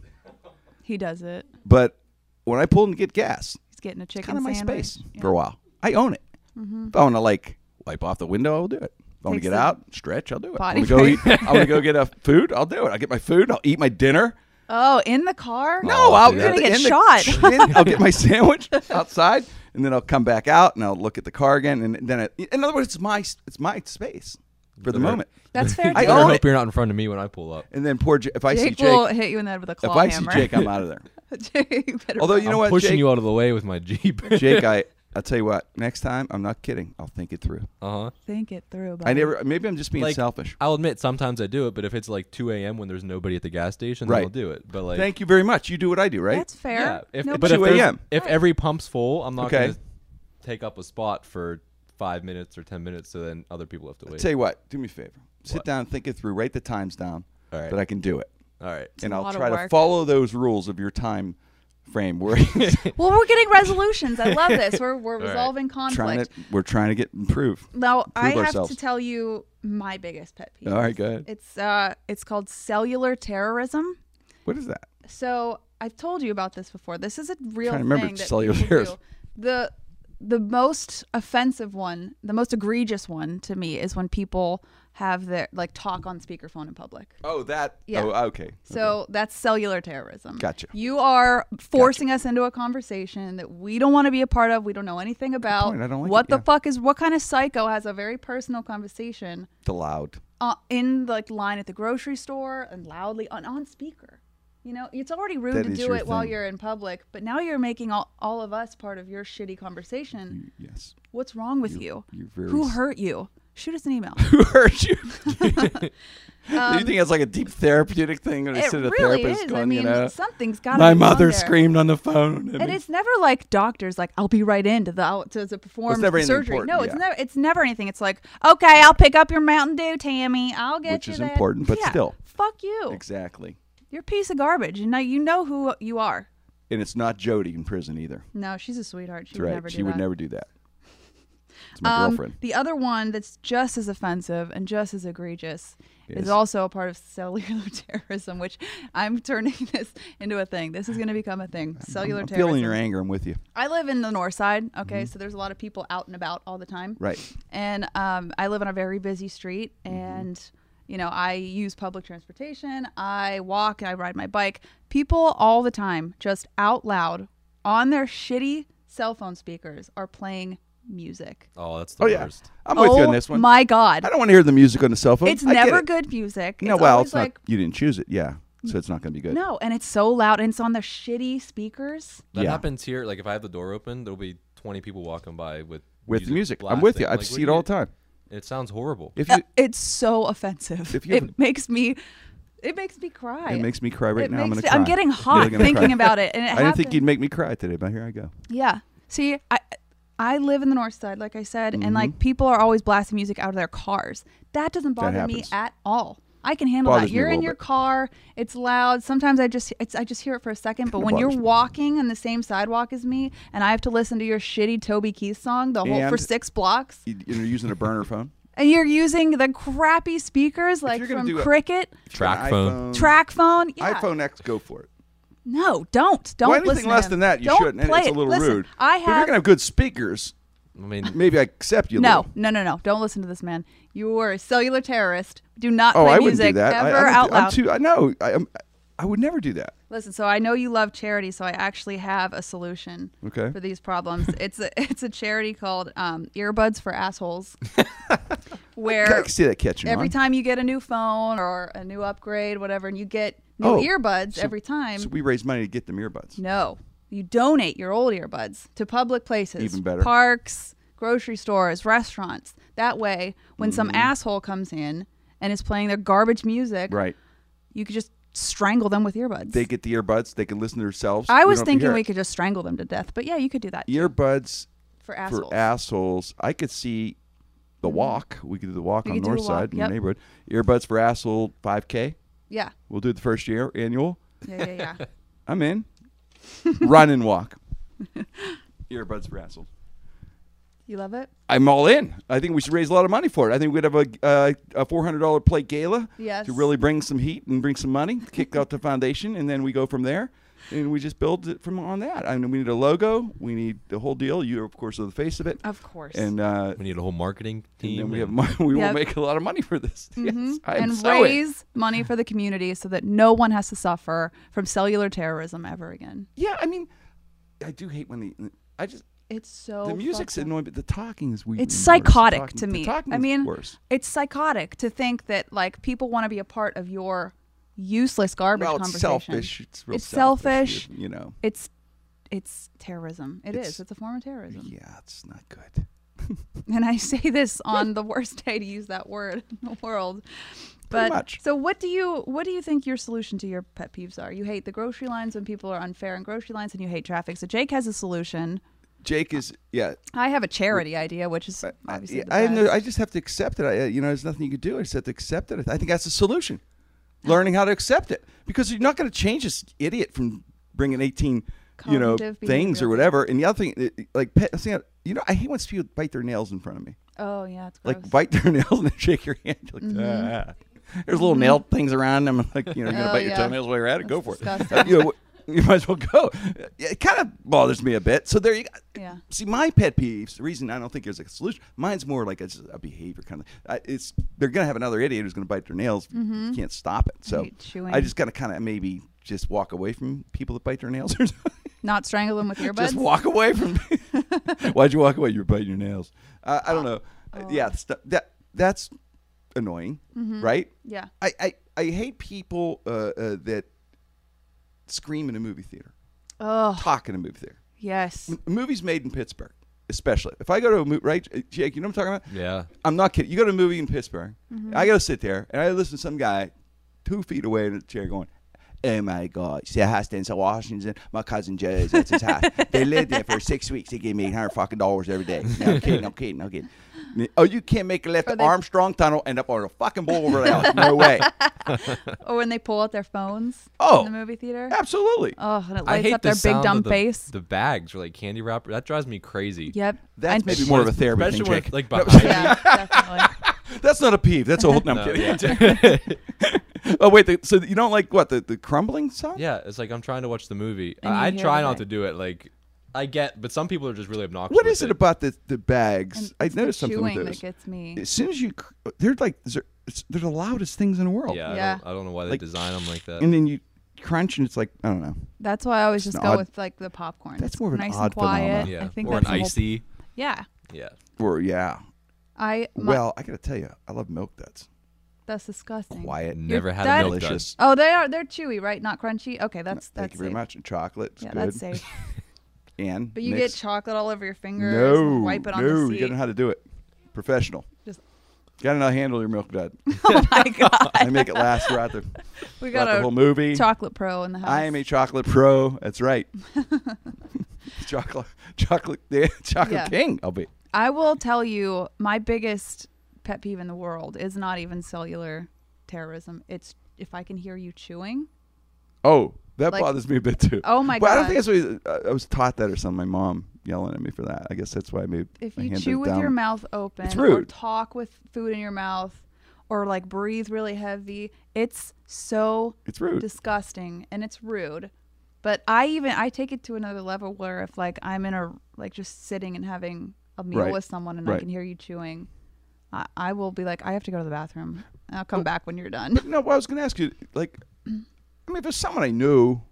Speaker 2: he does it.
Speaker 1: but when I pulled in to get gas,
Speaker 2: He's getting a chicken
Speaker 1: kind of my
Speaker 2: sandwich.
Speaker 1: space
Speaker 2: Yeah. Mm-hmm.
Speaker 1: for a while. I own it. If I want to like wipe off the window, I'll do it. If I want to
Speaker 2: Takes
Speaker 1: get
Speaker 2: the
Speaker 1: out, stretch, I'll do it. I
Speaker 2: body
Speaker 1: want to go eat.
Speaker 2: break.
Speaker 1: I want to go get a food, I'll do it. I'll get my food. I'll eat my dinner.
Speaker 2: Oh, in the car?
Speaker 1: No,
Speaker 3: Oh,
Speaker 1: I'll
Speaker 3: dude,
Speaker 1: at
Speaker 2: you're gonna
Speaker 1: the
Speaker 2: get
Speaker 1: end of-
Speaker 2: shot.
Speaker 1: I'll get my sandwich outside, and then I'll come back out and I'll look at the car again, and then I, in other words, it's my it's my space for the
Speaker 3: Right.
Speaker 1: moment.
Speaker 2: That's fair.
Speaker 1: I
Speaker 2: too.
Speaker 3: Better
Speaker 1: own
Speaker 3: hope
Speaker 1: it.
Speaker 3: you're not in front of me when I pull up.
Speaker 1: And then poor J- if I see
Speaker 2: Jake,
Speaker 1: Jake,
Speaker 2: will hit you in the head with a
Speaker 1: if
Speaker 2: claw
Speaker 1: I see
Speaker 2: hammer.
Speaker 1: Jake, I'm out of there.
Speaker 2: Jake, you better
Speaker 1: Although
Speaker 2: run.
Speaker 1: you know what,
Speaker 3: I'm pushing
Speaker 1: Jake,
Speaker 3: you out of the way with my jeep.
Speaker 1: Jake, I I'll tell you what. Next time, I'm not kidding. I'll think it through.
Speaker 3: uh-huh.
Speaker 2: think it through. Buddy.
Speaker 1: I never. Maybe I'm just being
Speaker 3: Like,
Speaker 1: selfish.
Speaker 3: I'll admit sometimes I do it, but if it's like 2 a.m. when there's nobody at the gas station,
Speaker 1: Right.
Speaker 3: then I'll do it. But like,
Speaker 1: Thank you very much. You do what I do, right?
Speaker 2: That's fair.
Speaker 3: yeah, if,
Speaker 2: no,
Speaker 3: but
Speaker 2: big
Speaker 3: if,
Speaker 1: 2
Speaker 3: there's-
Speaker 1: a.m..
Speaker 3: if every pump's full, I'm not
Speaker 1: Okay.
Speaker 3: gonna take up a spot for five minutes or 10 minutes, so then other people have to wait.
Speaker 1: Tell you what, do me a favor. Sit down, think it through, write the times down
Speaker 3: All right.
Speaker 1: that I can do it.
Speaker 3: All right.
Speaker 1: and
Speaker 2: a
Speaker 1: I'll
Speaker 2: lot of
Speaker 1: try to
Speaker 2: work.
Speaker 1: follow those rules of your time frame. We're
Speaker 2: Well, we're getting resolutions. I love this. We're, we're resolving
Speaker 1: trying to
Speaker 2: conflict.
Speaker 1: we're trying to get improve.
Speaker 2: Now, I have
Speaker 1: ourselves.
Speaker 2: to tell you my biggest pet peeve.
Speaker 1: All right, go ahead.
Speaker 2: It's uh, it's called cellular terrorism.
Speaker 1: What is that?
Speaker 2: So I've told you about this before. This is a real
Speaker 1: Trying to remember
Speaker 2: thing that
Speaker 1: cellular
Speaker 2: people do.
Speaker 1: terrorism.
Speaker 2: The the most offensive one, the most egregious one to me is when people have their like talk on speakerphone in public.
Speaker 1: Oh, that.
Speaker 2: Yeah.
Speaker 1: Oh, okay.
Speaker 2: So that's cellular terrorism.
Speaker 1: Gotcha.
Speaker 2: You are forcing us into a conversation that we don't want to be a part of. We don't know anything about.
Speaker 1: point. I don't like
Speaker 2: what
Speaker 1: it,
Speaker 2: the
Speaker 1: yeah.
Speaker 2: fuck is what kind of psycho has a very personal conversation
Speaker 1: The loud.
Speaker 2: uh, in like line at the grocery store and loudly on, on speaker. You know, it's already rude
Speaker 1: That
Speaker 2: to
Speaker 1: is
Speaker 2: do
Speaker 1: your
Speaker 2: it while
Speaker 1: thing.
Speaker 2: you're in public, but now you're making all, all of us part of your shitty conversation.
Speaker 1: Yes.
Speaker 2: What's wrong with you?
Speaker 1: You're very.
Speaker 2: Who hurt you? Shoot us an email.
Speaker 1: Who hurt you? do you think it's like a deep therapeutic thing when I
Speaker 2: it
Speaker 1: sit at a
Speaker 2: really
Speaker 1: therapist
Speaker 2: is.
Speaker 1: going,
Speaker 2: I mean,
Speaker 1: you know,
Speaker 2: something's got to
Speaker 1: my mother
Speaker 2: there.
Speaker 1: screamed on the phone. at
Speaker 2: And
Speaker 1: me."
Speaker 2: it's never like doctors like I'll be right in to the out- to, to perform
Speaker 1: never anything
Speaker 2: surgery.
Speaker 1: important,
Speaker 2: No, it's
Speaker 1: yeah.
Speaker 2: never it's never anything. It's like okay, I'll pick up your Mountain Dew, Tammy. I'll get
Speaker 1: Which
Speaker 2: you
Speaker 1: is
Speaker 2: that."
Speaker 1: important, but
Speaker 2: Yeah.
Speaker 1: still.
Speaker 2: fuck you.
Speaker 1: exactly.
Speaker 2: You're a piece of garbage. You know you know who you are.
Speaker 1: And it's not Jody in prison either.
Speaker 2: No, she's a sweetheart. She
Speaker 1: That's
Speaker 2: would
Speaker 1: right.
Speaker 2: never
Speaker 1: she
Speaker 2: do
Speaker 1: would
Speaker 2: that.
Speaker 1: never do that. It's my
Speaker 2: Um,
Speaker 1: girlfriend.
Speaker 2: The other one that's just as offensive and just as egregious is
Speaker 1: Yes.
Speaker 2: also a part of cellular terrorism, which I'm turning this into a thing. This is going to become a thing. Cellular
Speaker 1: I'm
Speaker 2: terrorism.
Speaker 1: feeling your anger. Mm-hmm. I'm with you.
Speaker 2: I live in the north side, okay, so there's a lot of people out and about all the time.
Speaker 1: Right.
Speaker 2: And um, I live on a very busy street,
Speaker 1: Mm-hmm.
Speaker 2: and you know I use public transportation. I walk. I ride my bike. People all the time, just out loud on their shitty cell phone speakers, are playing music.
Speaker 3: Oh, that's the
Speaker 1: Oh, yeah.
Speaker 3: worst.
Speaker 1: I'm with you
Speaker 2: Oh
Speaker 1: on this one.
Speaker 2: My God,
Speaker 1: I don't want to hear the music on the cell phone.
Speaker 2: it's
Speaker 1: I get
Speaker 2: never
Speaker 1: it.
Speaker 2: good music.
Speaker 1: No,
Speaker 2: it's
Speaker 1: well,
Speaker 2: always
Speaker 1: it's
Speaker 2: like Mm.
Speaker 1: not. You didn't choose it, yeah. So it's not going to be good.
Speaker 2: no, and it's so loud, and it's on their shitty speakers.
Speaker 3: That
Speaker 1: Yeah.
Speaker 3: happens here. Like if I have the door open, there'll be 20 people walking by with
Speaker 1: With
Speaker 3: music.
Speaker 1: music, I'm with you.
Speaker 3: blasting.
Speaker 1: I've
Speaker 3: Like, what
Speaker 1: seen it
Speaker 3: do
Speaker 1: all
Speaker 3: you-
Speaker 1: the time.
Speaker 3: It sounds horrible.
Speaker 1: If
Speaker 2: Uh,
Speaker 1: you,
Speaker 2: it's so offensive.
Speaker 1: If you have
Speaker 2: it makes me, it makes me cry.
Speaker 1: it makes me cry right
Speaker 2: It
Speaker 1: now. I'm going to
Speaker 2: makes it-
Speaker 1: cry.
Speaker 2: I'm getting
Speaker 1: Really
Speaker 2: hot
Speaker 1: gonna
Speaker 2: thinking
Speaker 1: cry.
Speaker 2: about it, and it
Speaker 1: I didn't think
Speaker 2: happened.
Speaker 1: you'd make me cry today, but here I go.
Speaker 2: Yeah. See, I I live in the north side, like I said, and
Speaker 1: Mm-hmm.
Speaker 2: like people are always blasting music out of their cars. That doesn't bother me
Speaker 1: happens.
Speaker 2: at all. I can handle
Speaker 1: Bothers me
Speaker 2: that.
Speaker 1: a
Speaker 2: You're in
Speaker 1: little
Speaker 2: your
Speaker 1: bit.
Speaker 2: car. It's loud. Sometimes I just it's I just hear it for a second. But when you're
Speaker 1: bothers me.
Speaker 2: walking on the same sidewalk as me, and I have to listen to your shitty Toby Keith song the whole for
Speaker 1: And-
Speaker 2: six blocks,
Speaker 1: You- You're using a burner phone.
Speaker 2: and you're using the crappy speakers like
Speaker 1: you're gonna
Speaker 2: from
Speaker 1: do a-
Speaker 2: Cricket,
Speaker 3: Track
Speaker 1: An
Speaker 3: phone.
Speaker 1: iPhone-
Speaker 2: track phone, yeah.
Speaker 1: iPhone X, go for it.
Speaker 2: No, don't don't
Speaker 1: Well,
Speaker 2: listen.
Speaker 1: anything
Speaker 2: to
Speaker 1: less
Speaker 2: him.
Speaker 1: than that, you
Speaker 2: Don't
Speaker 1: shouldn't. and
Speaker 2: Play
Speaker 1: It's a
Speaker 2: it.
Speaker 1: little
Speaker 2: Listen,
Speaker 1: rude. But
Speaker 2: I
Speaker 1: if you're
Speaker 2: have
Speaker 1: going to have good speakers,
Speaker 3: I mean,
Speaker 1: maybe I accept you a
Speaker 2: No,
Speaker 1: little.
Speaker 2: no, no, no. Don't listen to this man. You are a cellular terrorist. Do not
Speaker 1: Oh, I
Speaker 2: play
Speaker 1: wouldn't
Speaker 2: music
Speaker 1: do that. I-
Speaker 2: ever
Speaker 1: I,
Speaker 2: out
Speaker 1: I'm
Speaker 2: loud.
Speaker 1: too, I know. I, I'm, I would never do that.
Speaker 2: listen, so I know you love charity, so I actually have a solution
Speaker 1: Okay.
Speaker 2: for these problems. it's a it's a charity called um, Earbuds for Assholes,
Speaker 1: I
Speaker 2: where
Speaker 1: can see that catching
Speaker 2: every
Speaker 1: on.
Speaker 2: time you get a new phone or a new upgrade, whatever, and you get new
Speaker 1: Oh,
Speaker 2: earbuds
Speaker 1: so-
Speaker 2: every time.
Speaker 1: So we raise money to get them earbuds.
Speaker 2: No, you donate your old earbuds to public places,
Speaker 1: Even better.
Speaker 2: parks, grocery stores, restaurants. That way, when some
Speaker 1: Mm-hmm.
Speaker 2: asshole comes in and is playing their garbage music,
Speaker 1: Right.
Speaker 2: you could just strangle them with earbuds.
Speaker 1: They get the earbuds. They can listen to themselves. We
Speaker 2: I was
Speaker 1: don't have to
Speaker 2: thinking
Speaker 1: hear
Speaker 2: we
Speaker 1: it.
Speaker 2: could just strangle them to death, but yeah, you could do that
Speaker 1: earbuds
Speaker 2: for assholes. Mm-hmm.
Speaker 1: for assholes. I could see the walk. We could do the walk
Speaker 2: We
Speaker 1: on
Speaker 2: could
Speaker 1: the
Speaker 2: do
Speaker 1: north
Speaker 2: a walk,
Speaker 1: side in
Speaker 2: yep.
Speaker 1: the neighborhood. Earbuds for asshole 5K.
Speaker 2: yeah,
Speaker 1: We'll do it the first year annual.
Speaker 2: yeah, yeah, yeah.
Speaker 1: I'm in. Run and walk. Earbuds for assholes.
Speaker 2: you love it?
Speaker 1: I'm all in. I think we should raise a lot of money for it. I think we'd have a uh, a four hundred dollar plate gala
Speaker 2: Yes.
Speaker 1: to really bring some heat and bring some money, kick out the foundation, and then we go from there. and we just build it from on that. I mean, we need a logo. We need the whole deal. You, of course, are the face of it.
Speaker 2: Of course.
Speaker 1: And uh,
Speaker 3: We need a whole marketing
Speaker 1: and
Speaker 3: team.
Speaker 1: then we have
Speaker 3: and-
Speaker 1: mon- we
Speaker 2: Yep. Mm-hmm.
Speaker 1: will make a lot of money for this. Yes, I am
Speaker 2: and
Speaker 1: so in.
Speaker 2: raise money for the community so that no one has to suffer from cellular terrorism ever again.
Speaker 1: Yeah, I mean, I do hate when the I just
Speaker 2: It's so
Speaker 1: the music's
Speaker 2: fucked up.
Speaker 1: annoying, but the talking is weird.
Speaker 2: It's psychotic to me.
Speaker 1: The talking
Speaker 2: I
Speaker 1: is
Speaker 2: mean,
Speaker 1: worse.
Speaker 2: it's psychotic to think that like people want to be a part of your useless garbage
Speaker 1: Well, it's
Speaker 2: conversation.
Speaker 1: selfish. It's real
Speaker 2: It's selfish.
Speaker 1: You, you know.
Speaker 2: It's it's terrorism. it's,
Speaker 1: It's-
Speaker 2: It's a form of terrorism.
Speaker 1: Yeah, it's not good.
Speaker 2: And I say this on the worst day to use that word in the world. But
Speaker 1: Pretty much.
Speaker 2: so what do you what do you think your solution to your pet peeves are? You hate the grocery lines when people are unfair in grocery lines and you hate traffic. So Jake has a solution.
Speaker 1: Jake is yeah.
Speaker 2: I have a charity idea, which is obviously
Speaker 1: I,
Speaker 2: the
Speaker 1: uh, I, have no,
Speaker 2: best.
Speaker 1: I just have to accept it. I, uh, you know, there's nothing you can do. I just have to accept it. I think that's the solution. Learning how to accept it because you're not going to change this idiot from bringing 18, you know,
Speaker 2: Cognitive
Speaker 1: things or
Speaker 2: behavioral.
Speaker 1: whatever. And the other thing, it- it- like, pet, see, I- you know, I hate when people bite their nails in front of me.
Speaker 2: Oh yeah, it's gross. Mm-hmm.
Speaker 1: Like bite their nails and then shake your hand. You're like, "Ah." There's little nail things around them. Like, you know, you're gonna
Speaker 2: Oh,
Speaker 1: bite your
Speaker 2: yeah.
Speaker 1: toenails while you're at it. go for
Speaker 2: disgusting.
Speaker 1: it. you, know, you might as well go. It kind of bothers me a bit. So there you go.
Speaker 2: Yeah.
Speaker 1: See, my pet peeves. The reason I don't think there's a solution. Mine's more like a, just a behavior kind of. I, it's they're gonna have another idiot who's gonna bite their nails. You can't stop it. So
Speaker 2: Mm-hmm. hate chewing.
Speaker 1: I just gotta kind of maybe just walk away from people that bite their nails or something.
Speaker 2: Not strangle them with earbuds.
Speaker 1: Just walk away from me. Why'd you walk away? You were biting your nails. Uh, I don't know. Uh, Yeah, st- that that's annoying, right?
Speaker 2: Yeah.
Speaker 1: I, I, I hate people uh, uh, that scream in a movie theater,
Speaker 2: Oh
Speaker 1: talk in a movie theater.
Speaker 2: yes.
Speaker 1: M- movies made in Pittsburgh, especially. If I go to a movie, right, J- Jake, you know what I'm talking about?
Speaker 3: yeah.
Speaker 1: I'm not kidding. You go to a movie in Pittsburgh,
Speaker 2: Mm-hmm.
Speaker 1: I gotta sit there and I listen to some guy two feet away in a chair going, Oh my God, there has to in Washington. My cousin Joe's at his house. They lived there for six weeks. They give me eight hundred fucking dollars every day. No I'm kidding, no kidding, no kidding. Oh, you can't make a left at
Speaker 2: they-
Speaker 1: Armstrong Tunnel and up on a fucking boulevard out. No way.
Speaker 2: Or when they pull out their phones
Speaker 1: Oh.
Speaker 2: in the movie theater.
Speaker 1: Absolutely.
Speaker 2: Oh, and it
Speaker 3: I
Speaker 2: lights
Speaker 3: hate
Speaker 2: up their
Speaker 3: the
Speaker 2: big
Speaker 3: sound
Speaker 2: dumb
Speaker 3: of the,
Speaker 2: face.
Speaker 3: The bags or like candy wrapper. That drives me crazy.
Speaker 2: Yep.
Speaker 1: That's
Speaker 2: I-
Speaker 1: maybe more of a therapy
Speaker 3: Especially
Speaker 1: thing,
Speaker 3: when
Speaker 1: Jake.
Speaker 3: it's, like behind you.
Speaker 2: Yeah, definitely.
Speaker 1: That's not a peeve. That's a whole. No, I'm
Speaker 3: No,
Speaker 1: kidding.
Speaker 3: yeah.
Speaker 1: oh wait, the, so you don't like what the, the crumbling sound?
Speaker 3: Yeah, it's like I'm trying to watch the movie.
Speaker 2: And you
Speaker 3: I, I
Speaker 2: hear
Speaker 3: try
Speaker 2: the
Speaker 3: not
Speaker 2: bag.
Speaker 3: to do it. Like I get, but some people are just really obnoxious.
Speaker 1: What
Speaker 3: with
Speaker 1: is it about the, the bags?
Speaker 2: And
Speaker 1: I
Speaker 2: it's the
Speaker 1: noticed something with
Speaker 2: chewing
Speaker 1: those.
Speaker 2: that gets me.
Speaker 1: as soon as you, cr- they're like they're, it's- they're the loudest things in the world.
Speaker 3: Yeah,
Speaker 2: Yeah.
Speaker 3: I, don't, I don't know why they
Speaker 1: Like,
Speaker 3: design them like that.
Speaker 1: And then you crunch, and it's like I don't know.
Speaker 2: That's why I always just
Speaker 1: an
Speaker 2: go
Speaker 1: odd-
Speaker 2: with like the popcorn.
Speaker 1: that's
Speaker 2: It's
Speaker 1: more of an
Speaker 2: nice
Speaker 1: odd
Speaker 2: and quiet.
Speaker 1: phenomenon.
Speaker 3: yeah,
Speaker 2: I think
Speaker 3: or
Speaker 2: that's
Speaker 3: an
Speaker 2: the whole-
Speaker 3: icy.
Speaker 2: Yeah,
Speaker 3: Yeah,
Speaker 1: Or yeah.
Speaker 2: I my,
Speaker 1: well, I gotta tell you, I love milk duds.
Speaker 2: that's disgusting.
Speaker 1: Quiet,
Speaker 3: never had
Speaker 2: that-
Speaker 3: a milk dud.
Speaker 1: delicious.
Speaker 2: Oh, they are they're chewy, right? Not crunchy. Okay, that's that's
Speaker 1: Thank you very
Speaker 2: safe.
Speaker 1: much. And chocolate, it's
Speaker 2: Yeah,
Speaker 1: good.
Speaker 2: that's safe.
Speaker 1: And
Speaker 2: But you
Speaker 1: mix.
Speaker 2: get chocolate all over your fingers.
Speaker 1: no,
Speaker 2: and wipe it on
Speaker 1: no,
Speaker 2: the
Speaker 1: you
Speaker 2: seat.
Speaker 1: gotta know how to do it. Professional.
Speaker 2: Just-
Speaker 1: Gotta know how to handle your milk dud.
Speaker 2: oh my god,
Speaker 1: I make it last throughout the,
Speaker 2: we
Speaker 1: throughout
Speaker 2: got
Speaker 1: the
Speaker 2: a
Speaker 1: whole movie.
Speaker 2: chocolate pro in the house.
Speaker 1: I am a chocolate pro. That's right. chocolate, chocolate, chocolate
Speaker 2: Yeah.
Speaker 1: king. I'll be.
Speaker 2: I will tell you, my biggest pet peeve in the world is not even cellular terrorism. It's if I can hear you chewing.
Speaker 1: Oh, that
Speaker 2: Like-
Speaker 1: bothers me a bit too.
Speaker 2: Oh my
Speaker 1: But I don't
Speaker 2: God.
Speaker 1: think that's what uh, I I was taught that or something. My mom yelling at me for that. I guess that's why I maybe
Speaker 2: if
Speaker 1: I
Speaker 2: you
Speaker 1: handed
Speaker 2: chew
Speaker 1: it
Speaker 2: with your
Speaker 1: down.
Speaker 2: mouth open
Speaker 1: It's
Speaker 2: or
Speaker 1: rude.
Speaker 2: talk with food in your mouth or like breathe really heavy it's so
Speaker 1: It's rude.
Speaker 2: disgusting and it's rude but i even i take it to another level where if like i'm in a like just sitting and having a meal
Speaker 1: Right.
Speaker 2: with someone and i
Speaker 1: Right.
Speaker 2: can hear you chewing I, I will be like i have to go to the bathroom i'll come back when you're done
Speaker 1: No, well, I was going to ask you. Like, I mean, if it's someone I knew,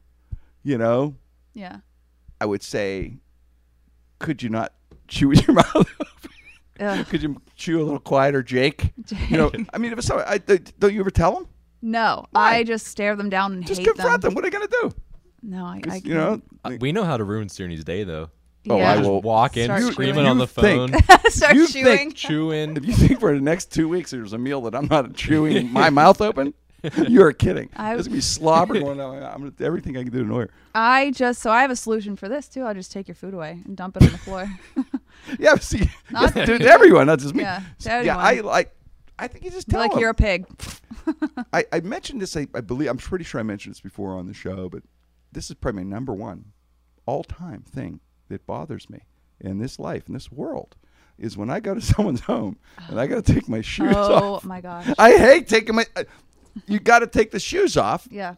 Speaker 1: you know,
Speaker 2: yeah
Speaker 1: I would say, could you not chew with your mouth?
Speaker 2: Ugh.
Speaker 1: could you chew a little quieter, Jake? You know, I mean, if it's someone, I, don't you ever tell them?
Speaker 2: no
Speaker 1: Why?
Speaker 2: i just stare them down and
Speaker 1: Just
Speaker 2: hate
Speaker 1: confront them. What are they going to do?
Speaker 2: no i, I
Speaker 1: 'Cause,
Speaker 2: can't.
Speaker 1: you know,
Speaker 3: Uh, we know how to ruin Tierney's day though.
Speaker 1: Oh,
Speaker 2: yeah.
Speaker 1: I
Speaker 3: Just
Speaker 1: will-
Speaker 3: walk in
Speaker 2: Start
Speaker 3: screaming
Speaker 2: chewing.
Speaker 3: on the
Speaker 1: You think-
Speaker 3: phone,
Speaker 2: start
Speaker 1: you
Speaker 2: chewing
Speaker 1: think
Speaker 3: chewing.
Speaker 1: If you think for the next two weeks there's a meal that I'm not chewing my mouth open, you're kidding.
Speaker 2: I-
Speaker 1: There's gonna be slobber going on. I'm gonna, everything I can do to annoy her.
Speaker 2: I just so I have a solution for this too. I'll just take your food away and dump it on the floor.
Speaker 1: Yeah, but see,
Speaker 2: Not-
Speaker 1: do it to everyone, not just me.
Speaker 2: Yeah, to
Speaker 1: yeah. I
Speaker 2: everyone.
Speaker 1: like. I think you just
Speaker 2: Be
Speaker 1: tell
Speaker 2: like
Speaker 1: them.
Speaker 2: you're a pig.
Speaker 1: I, I mentioned this. I, I believe I'm pretty sure I mentioned this before on the show, but this is probably my number one all-time thing that bothers me in this life in this world is when I go to someone's home and I got to take my shoes
Speaker 2: Oh
Speaker 1: off.
Speaker 2: my gosh.
Speaker 1: I uh, hate taking my. You got to take the shoes off.
Speaker 2: Yeah.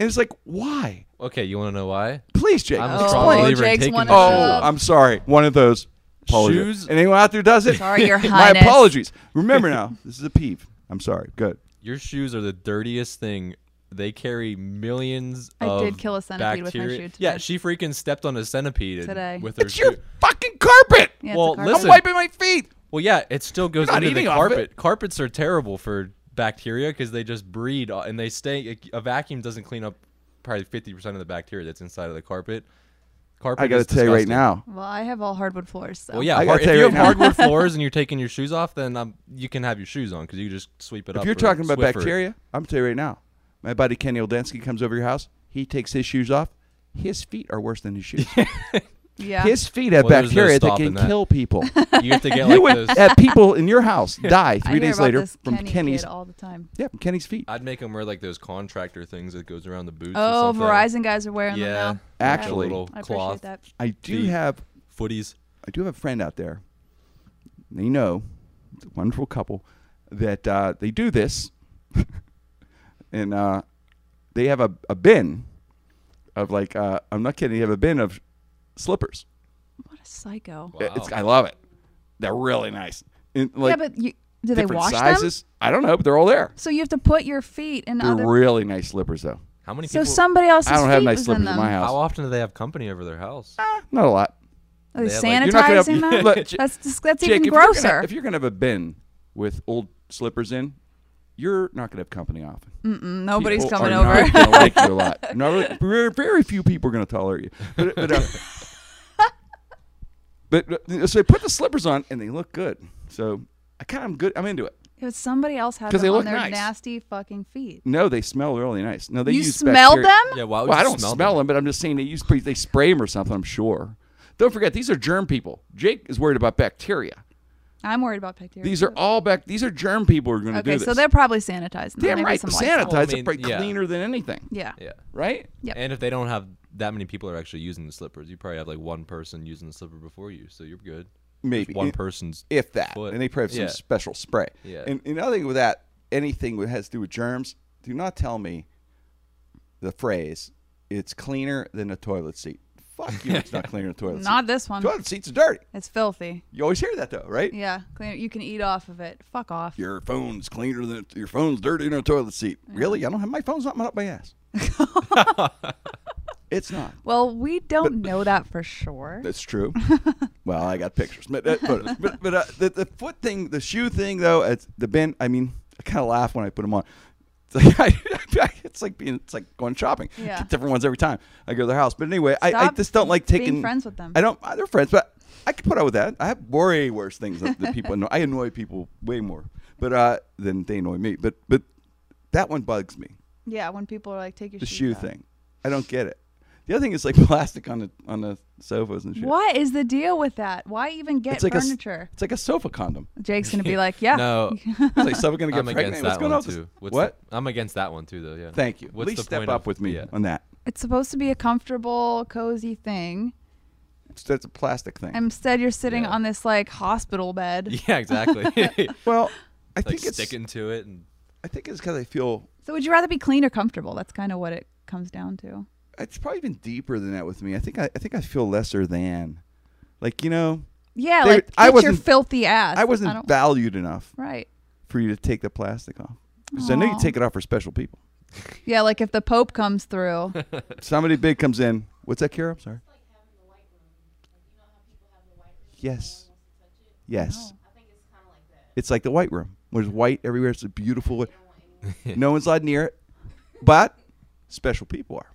Speaker 1: And it's like, why?
Speaker 3: Okay, you want to know why?
Speaker 1: Please, Jake.
Speaker 3: I'm
Speaker 2: Oh,
Speaker 3: a strong believer in
Speaker 2: Jake's
Speaker 3: taking
Speaker 2: one of
Speaker 3: shoes.
Speaker 1: Oh, I'm sorry. One of those. Apologies.
Speaker 3: Shoes-
Speaker 1: And anyone out there does it?
Speaker 2: Sorry, Your
Speaker 1: My
Speaker 2: Highness.
Speaker 1: apologies. Remember now, this is a peeve. I'm sorry. Good.
Speaker 3: Your shoes are the dirtiest thing. They carry millions.
Speaker 2: I
Speaker 3: of
Speaker 2: did kill a centipede with my
Speaker 3: bacteria.
Speaker 2: shoe today.
Speaker 3: Yeah, she freaking stepped on a centipede and-
Speaker 2: Today.
Speaker 3: with her
Speaker 1: it's your
Speaker 3: shoe.
Speaker 1: fucking carpet.
Speaker 2: Yeah, it's a
Speaker 3: Well,
Speaker 2: carpet.
Speaker 1: I'm
Speaker 3: listen.
Speaker 1: wiping my feet.
Speaker 3: Well, yeah, it still goes
Speaker 1: You're not
Speaker 3: into the
Speaker 1: eating off it.
Speaker 3: carpet. Carpets are terrible for bacteria because they just breed uh, and they stay. A vacuum doesn't clean up probably fifty percent of the bacteria that's inside of the carpet. Carpet.
Speaker 1: I got to
Speaker 3: is
Speaker 1: tell you right
Speaker 3: disgusting.
Speaker 1: now.
Speaker 2: Well, I have all hardwood floors. So.
Speaker 3: Well, yeah.
Speaker 1: I gotta
Speaker 3: hard- if
Speaker 1: tell you
Speaker 3: you
Speaker 1: right
Speaker 3: have
Speaker 1: now.
Speaker 3: hardwood floors and you're taking your shoes off, then um, you can have your shoes on because you just sweep it up.
Speaker 1: If you're
Speaker 3: or
Speaker 1: talking about
Speaker 3: Swiffer it.
Speaker 1: bacteria, I'm telling you right now. My buddy Kenny Oldansky comes over your house. He takes his shoes off. His feet are worse than his shoes.
Speaker 2: Yeah.
Speaker 1: His feet have
Speaker 3: Well, there's no
Speaker 1: bacteria that
Speaker 3: stopping
Speaker 1: can
Speaker 3: that.
Speaker 1: kill people.
Speaker 3: you have to get
Speaker 1: you
Speaker 3: like
Speaker 1: would
Speaker 3: those.
Speaker 1: have people in your house die
Speaker 2: I
Speaker 1: three
Speaker 2: hear
Speaker 1: days
Speaker 2: about
Speaker 1: later
Speaker 2: this
Speaker 1: from
Speaker 2: Kenny
Speaker 1: Kenny's.
Speaker 2: kid all the time.
Speaker 1: Yeah, from Kenny's feet.
Speaker 3: I'd make them wear like those contractor things that goes around the boots. uh,
Speaker 2: Oh,
Speaker 3: or something.
Speaker 2: Verizon guys are wearing
Speaker 3: Yeah,
Speaker 2: them now.
Speaker 1: Actually,
Speaker 3: a little
Speaker 2: I appreciate
Speaker 3: cloth
Speaker 2: that.
Speaker 1: I do
Speaker 3: Feet.
Speaker 1: have
Speaker 3: footies.
Speaker 1: I do have a friend out there. They know, it's a wonderful couple, that uh, they do this, and uh, they have a, a bin of like uh, I'm not kidding. They have a bin of slippers.
Speaker 2: What a psycho.
Speaker 1: I- It's I love it. They're really nice. And, like,
Speaker 2: yeah, but you, do they
Speaker 1: different
Speaker 2: wash them?
Speaker 1: sizes. I don't know, but they're all there.
Speaker 2: So you have to put your feet in
Speaker 1: They're
Speaker 2: other.
Speaker 1: really nice slippers though.
Speaker 3: How many
Speaker 2: so
Speaker 3: people?
Speaker 2: somebody else's
Speaker 1: I don't
Speaker 2: feet
Speaker 1: have nice
Speaker 2: was
Speaker 1: slippers
Speaker 2: in
Speaker 1: in,
Speaker 2: them.
Speaker 1: my house.
Speaker 3: how often do they have company over their house?
Speaker 2: Uh,
Speaker 1: Not a lot.
Speaker 2: Are they,
Speaker 3: They have, like-
Speaker 1: You're not gonna-
Speaker 2: sanitizing them?
Speaker 1: Look, J-
Speaker 2: that's just, that's
Speaker 1: Jake,
Speaker 2: even
Speaker 1: if you're gonna-
Speaker 2: grosser.
Speaker 1: if you're gonna have a bin with old slippers in, you're not gonna have company often.
Speaker 2: Mm, Nobody's
Speaker 1: people
Speaker 2: coming
Speaker 1: are
Speaker 2: over.
Speaker 1: Not gonna like you a lot. Not really- very, very few people are going to tolerate you. But, but, uh, but, but- so they put the slippers on and they look good. So I kind of am good. I'm into it.
Speaker 2: If somebody else had
Speaker 1: 'Cause
Speaker 2: them
Speaker 1: they
Speaker 2: on
Speaker 1: look
Speaker 2: their
Speaker 1: nice.
Speaker 2: nasty fucking feet.
Speaker 1: No, they smell really nice. No, they
Speaker 2: you
Speaker 1: use
Speaker 2: smelled
Speaker 1: bacteria-
Speaker 2: them?
Speaker 3: Yeah, why would
Speaker 1: Well,
Speaker 3: you
Speaker 1: I don't smell,
Speaker 3: smell
Speaker 1: them? but I'm just saying they use pre- they spray them or something. I'm sure. Don't forget, these are germ people. Jake is worried about bacteria.
Speaker 2: I'm worried about bacteria.
Speaker 1: These are
Speaker 2: too.
Speaker 1: all back. These are germ people who are going to
Speaker 2: okay.
Speaker 1: do this.
Speaker 2: So they're probably sanitizing. them.
Speaker 1: damn
Speaker 2: Maybe
Speaker 1: right.
Speaker 2: Some
Speaker 1: Sanitizer
Speaker 2: Lysol.
Speaker 3: Well, I mean,
Speaker 1: probably
Speaker 3: yeah.
Speaker 1: cleaner than anything,
Speaker 2: Yeah.
Speaker 3: Yeah.
Speaker 1: right?
Speaker 2: Yep.
Speaker 3: And if they don't have that many people are actually using the slippers, you probably have like one person using the slipper before you, so you're good.
Speaker 1: Maybe
Speaker 3: One
Speaker 1: It-
Speaker 3: person's.
Speaker 1: if that.
Speaker 3: Foot.
Speaker 1: And they probably have
Speaker 3: Yeah.
Speaker 1: some special spray.
Speaker 3: Yeah.
Speaker 1: And another thing with that, anything that has to do with germs, do not tell me the phrase, it's cleaner than a toilet seat. Fuck you, it's not cleaner than a toilet
Speaker 2: Not this one.
Speaker 1: seat. Toilet seats are dirty.
Speaker 2: It's filthy.
Speaker 1: You always hear that though, right?
Speaker 2: Yeah. Clean. You can eat off of it. Fuck off.
Speaker 1: Your phone's cleaner than your phone's dirtier than a toilet seat. Really? I don't have my phone's not up my ass. it's not.
Speaker 2: Well, we don't know that for sure.
Speaker 1: That's true. well, I got pictures, but that- but, but, but, uh, the, the foot thing, the shoe thing, though, it's, the bin. I mean, I kind of laugh when I put them on. It's like, it's like being, it's like going shopping.
Speaker 2: Yeah.
Speaker 1: Get different ones every time I go to their house. But anyway, I, I
Speaker 2: Stop
Speaker 1: just don't like
Speaker 2: being
Speaker 1: taking
Speaker 2: friends with them.
Speaker 1: I don't. uh, They're friends, but I can put up with that. I have way worse things that, that people annoy. I annoy people way more, but uh, than they annoy me. But but that one bugs me
Speaker 2: Yeah. When people are like, take your
Speaker 1: the
Speaker 2: shoes
Speaker 1: shoe
Speaker 2: off.
Speaker 1: thing. I don't get it. The other thing is like plastic on the on the sofas and shit.
Speaker 2: What is the deal with that? Why even get
Speaker 1: It's like a s-
Speaker 2: furniture?
Speaker 1: It's like a sofa condom.
Speaker 2: Jake's gonna be like, yeah.
Speaker 3: No,
Speaker 1: It's like someone gonna get
Speaker 3: I'm
Speaker 1: pregnant.
Speaker 3: against
Speaker 1: What's
Speaker 3: that
Speaker 1: going
Speaker 3: one
Speaker 1: on? with
Speaker 3: too.
Speaker 1: this-
Speaker 3: What's
Speaker 1: what?
Speaker 3: the- I'm against that one too, though. Yeah.
Speaker 1: Thank you.
Speaker 3: What's
Speaker 1: Please
Speaker 3: the
Speaker 1: step
Speaker 3: point
Speaker 1: up
Speaker 3: of-
Speaker 1: with me
Speaker 3: yeah.
Speaker 1: on that.
Speaker 2: It's supposed to be a comfortable, cozy thing.
Speaker 1: It's, that's a plastic thing.
Speaker 2: Instead, you're sitting
Speaker 3: Yeah.
Speaker 2: on this like hospital bed.
Speaker 3: Yeah, exactly. like
Speaker 1: well, I think it's
Speaker 3: sticking to it, and
Speaker 1: I think it's because I feel
Speaker 2: So would you rather be clean or comfortable? That's kind of what it comes down to.
Speaker 1: it's probably even deeper than that with me. I think I, I think I feel lesser than, like you know,
Speaker 2: Yeah,
Speaker 1: They-
Speaker 2: like
Speaker 1: I
Speaker 2: get your
Speaker 1: wasn't-
Speaker 2: filthy ass.
Speaker 1: I wasn't
Speaker 2: don't-
Speaker 1: valued enough
Speaker 2: right.
Speaker 1: for you to take the plastic off. Because I know you
Speaker 2: Aw.
Speaker 1: take it off for special people.
Speaker 2: Yeah, like if the Pope comes through,
Speaker 1: Somebody big comes in. What's that, Kira? I'm sorry. Yes. Yes. It's like the white room. There's white everywhere. It's a beautiful. no one's allowed near it, but special people are.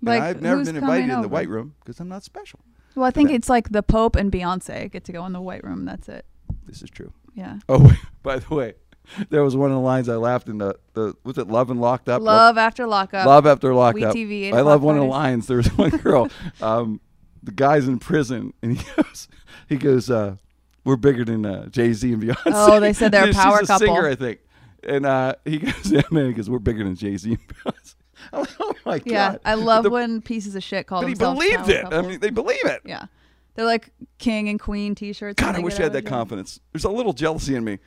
Speaker 1: And
Speaker 2: like
Speaker 1: I've never
Speaker 2: who's
Speaker 1: been
Speaker 2: coming
Speaker 1: invited in the
Speaker 2: over?
Speaker 1: white room because I'm not special.
Speaker 2: Well, I think
Speaker 1: Okay.
Speaker 2: it's like the Pope and Beyonce get to go in the white room. That's it.
Speaker 1: This is true.
Speaker 2: Yeah.
Speaker 1: Oh, by the way, there was one of the lines I laughed in the the was it Love and Locked Up?
Speaker 2: Love after lockup.
Speaker 1: Love after locked
Speaker 2: We
Speaker 1: up.
Speaker 2: TV, eight
Speaker 1: I love
Speaker 2: o'clock
Speaker 1: one of the
Speaker 2: Fridays.
Speaker 1: lines. There was one girl. um, the guy's in prison, and he goes, he goes, uh, "We're bigger than uh, Jay Z and Beyonce."
Speaker 2: Oh, they said they're a
Speaker 1: She's
Speaker 2: power
Speaker 1: a
Speaker 2: couple.
Speaker 1: Singer, I think. And uh, he goes, "Yeah, man," he goes, "We're bigger than Jay Z and Beyonce." I'm like, "Oh my
Speaker 2: Yeah,
Speaker 1: god!"
Speaker 2: I love
Speaker 1: The-
Speaker 2: when pieces of shit call
Speaker 1: But he
Speaker 2: themselves
Speaker 1: believed
Speaker 2: power
Speaker 1: it. I
Speaker 2: couples.
Speaker 1: mean, they believe it.
Speaker 2: yeah, they're like king and queen T-shirts. when
Speaker 1: God, I
Speaker 2: they
Speaker 1: wish
Speaker 2: get
Speaker 1: I had
Speaker 2: out of
Speaker 1: that
Speaker 2: jail.
Speaker 1: confidence. There's a little jealousy in me.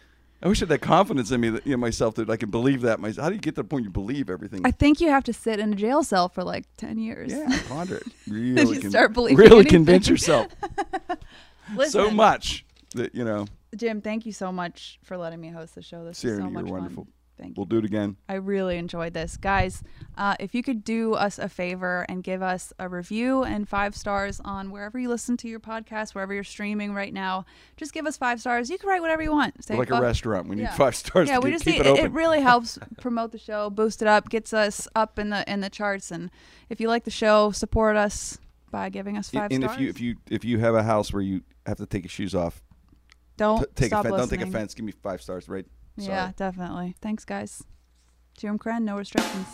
Speaker 1: I wish I had that confidence in me, that, in myself, that I could believe that. My, how do you get to the point you believe everything?
Speaker 2: I think you have to sit in a jail cell for like 10 years.
Speaker 1: yeah, ponder it. Really,
Speaker 2: Then you start believing
Speaker 1: really
Speaker 2: anything.
Speaker 1: convince yourself
Speaker 2: Listen,
Speaker 1: so much that you know.
Speaker 2: Jim, thank you so much for letting me host the show. This is
Speaker 1: Sarah,
Speaker 2: so
Speaker 1: you're
Speaker 2: much fun.
Speaker 1: wonderful.
Speaker 2: Thank you.
Speaker 1: We'll do it again.
Speaker 2: I really enjoyed this. Guys, uh, if you could do us a favor and give us a review and five stars on wherever you listen to your podcast, wherever you're streaming right now, just give us five stars. You can write whatever you want. Say
Speaker 1: We're like a
Speaker 2: fuck-
Speaker 1: restaurant, we need
Speaker 2: Yeah.
Speaker 1: five stars
Speaker 2: Yeah,
Speaker 1: to
Speaker 2: we
Speaker 1: keep,
Speaker 2: just
Speaker 1: keep
Speaker 2: need,
Speaker 1: it open.
Speaker 2: it really helps promote the show, boost it up, gets us up in the in the charts. And if you like the show, support us by giving us five
Speaker 1: and
Speaker 2: stars.
Speaker 1: if you if you if you have a house where you have to take your shoes off,
Speaker 2: don't
Speaker 1: t- take
Speaker 2: Oh, stop
Speaker 1: offense. Don't take
Speaker 2: listening.
Speaker 1: offense. Give me five stars, right? Sorry.
Speaker 2: Yeah, definitely. Thanks, guys. Jerem Kren, no restrictions.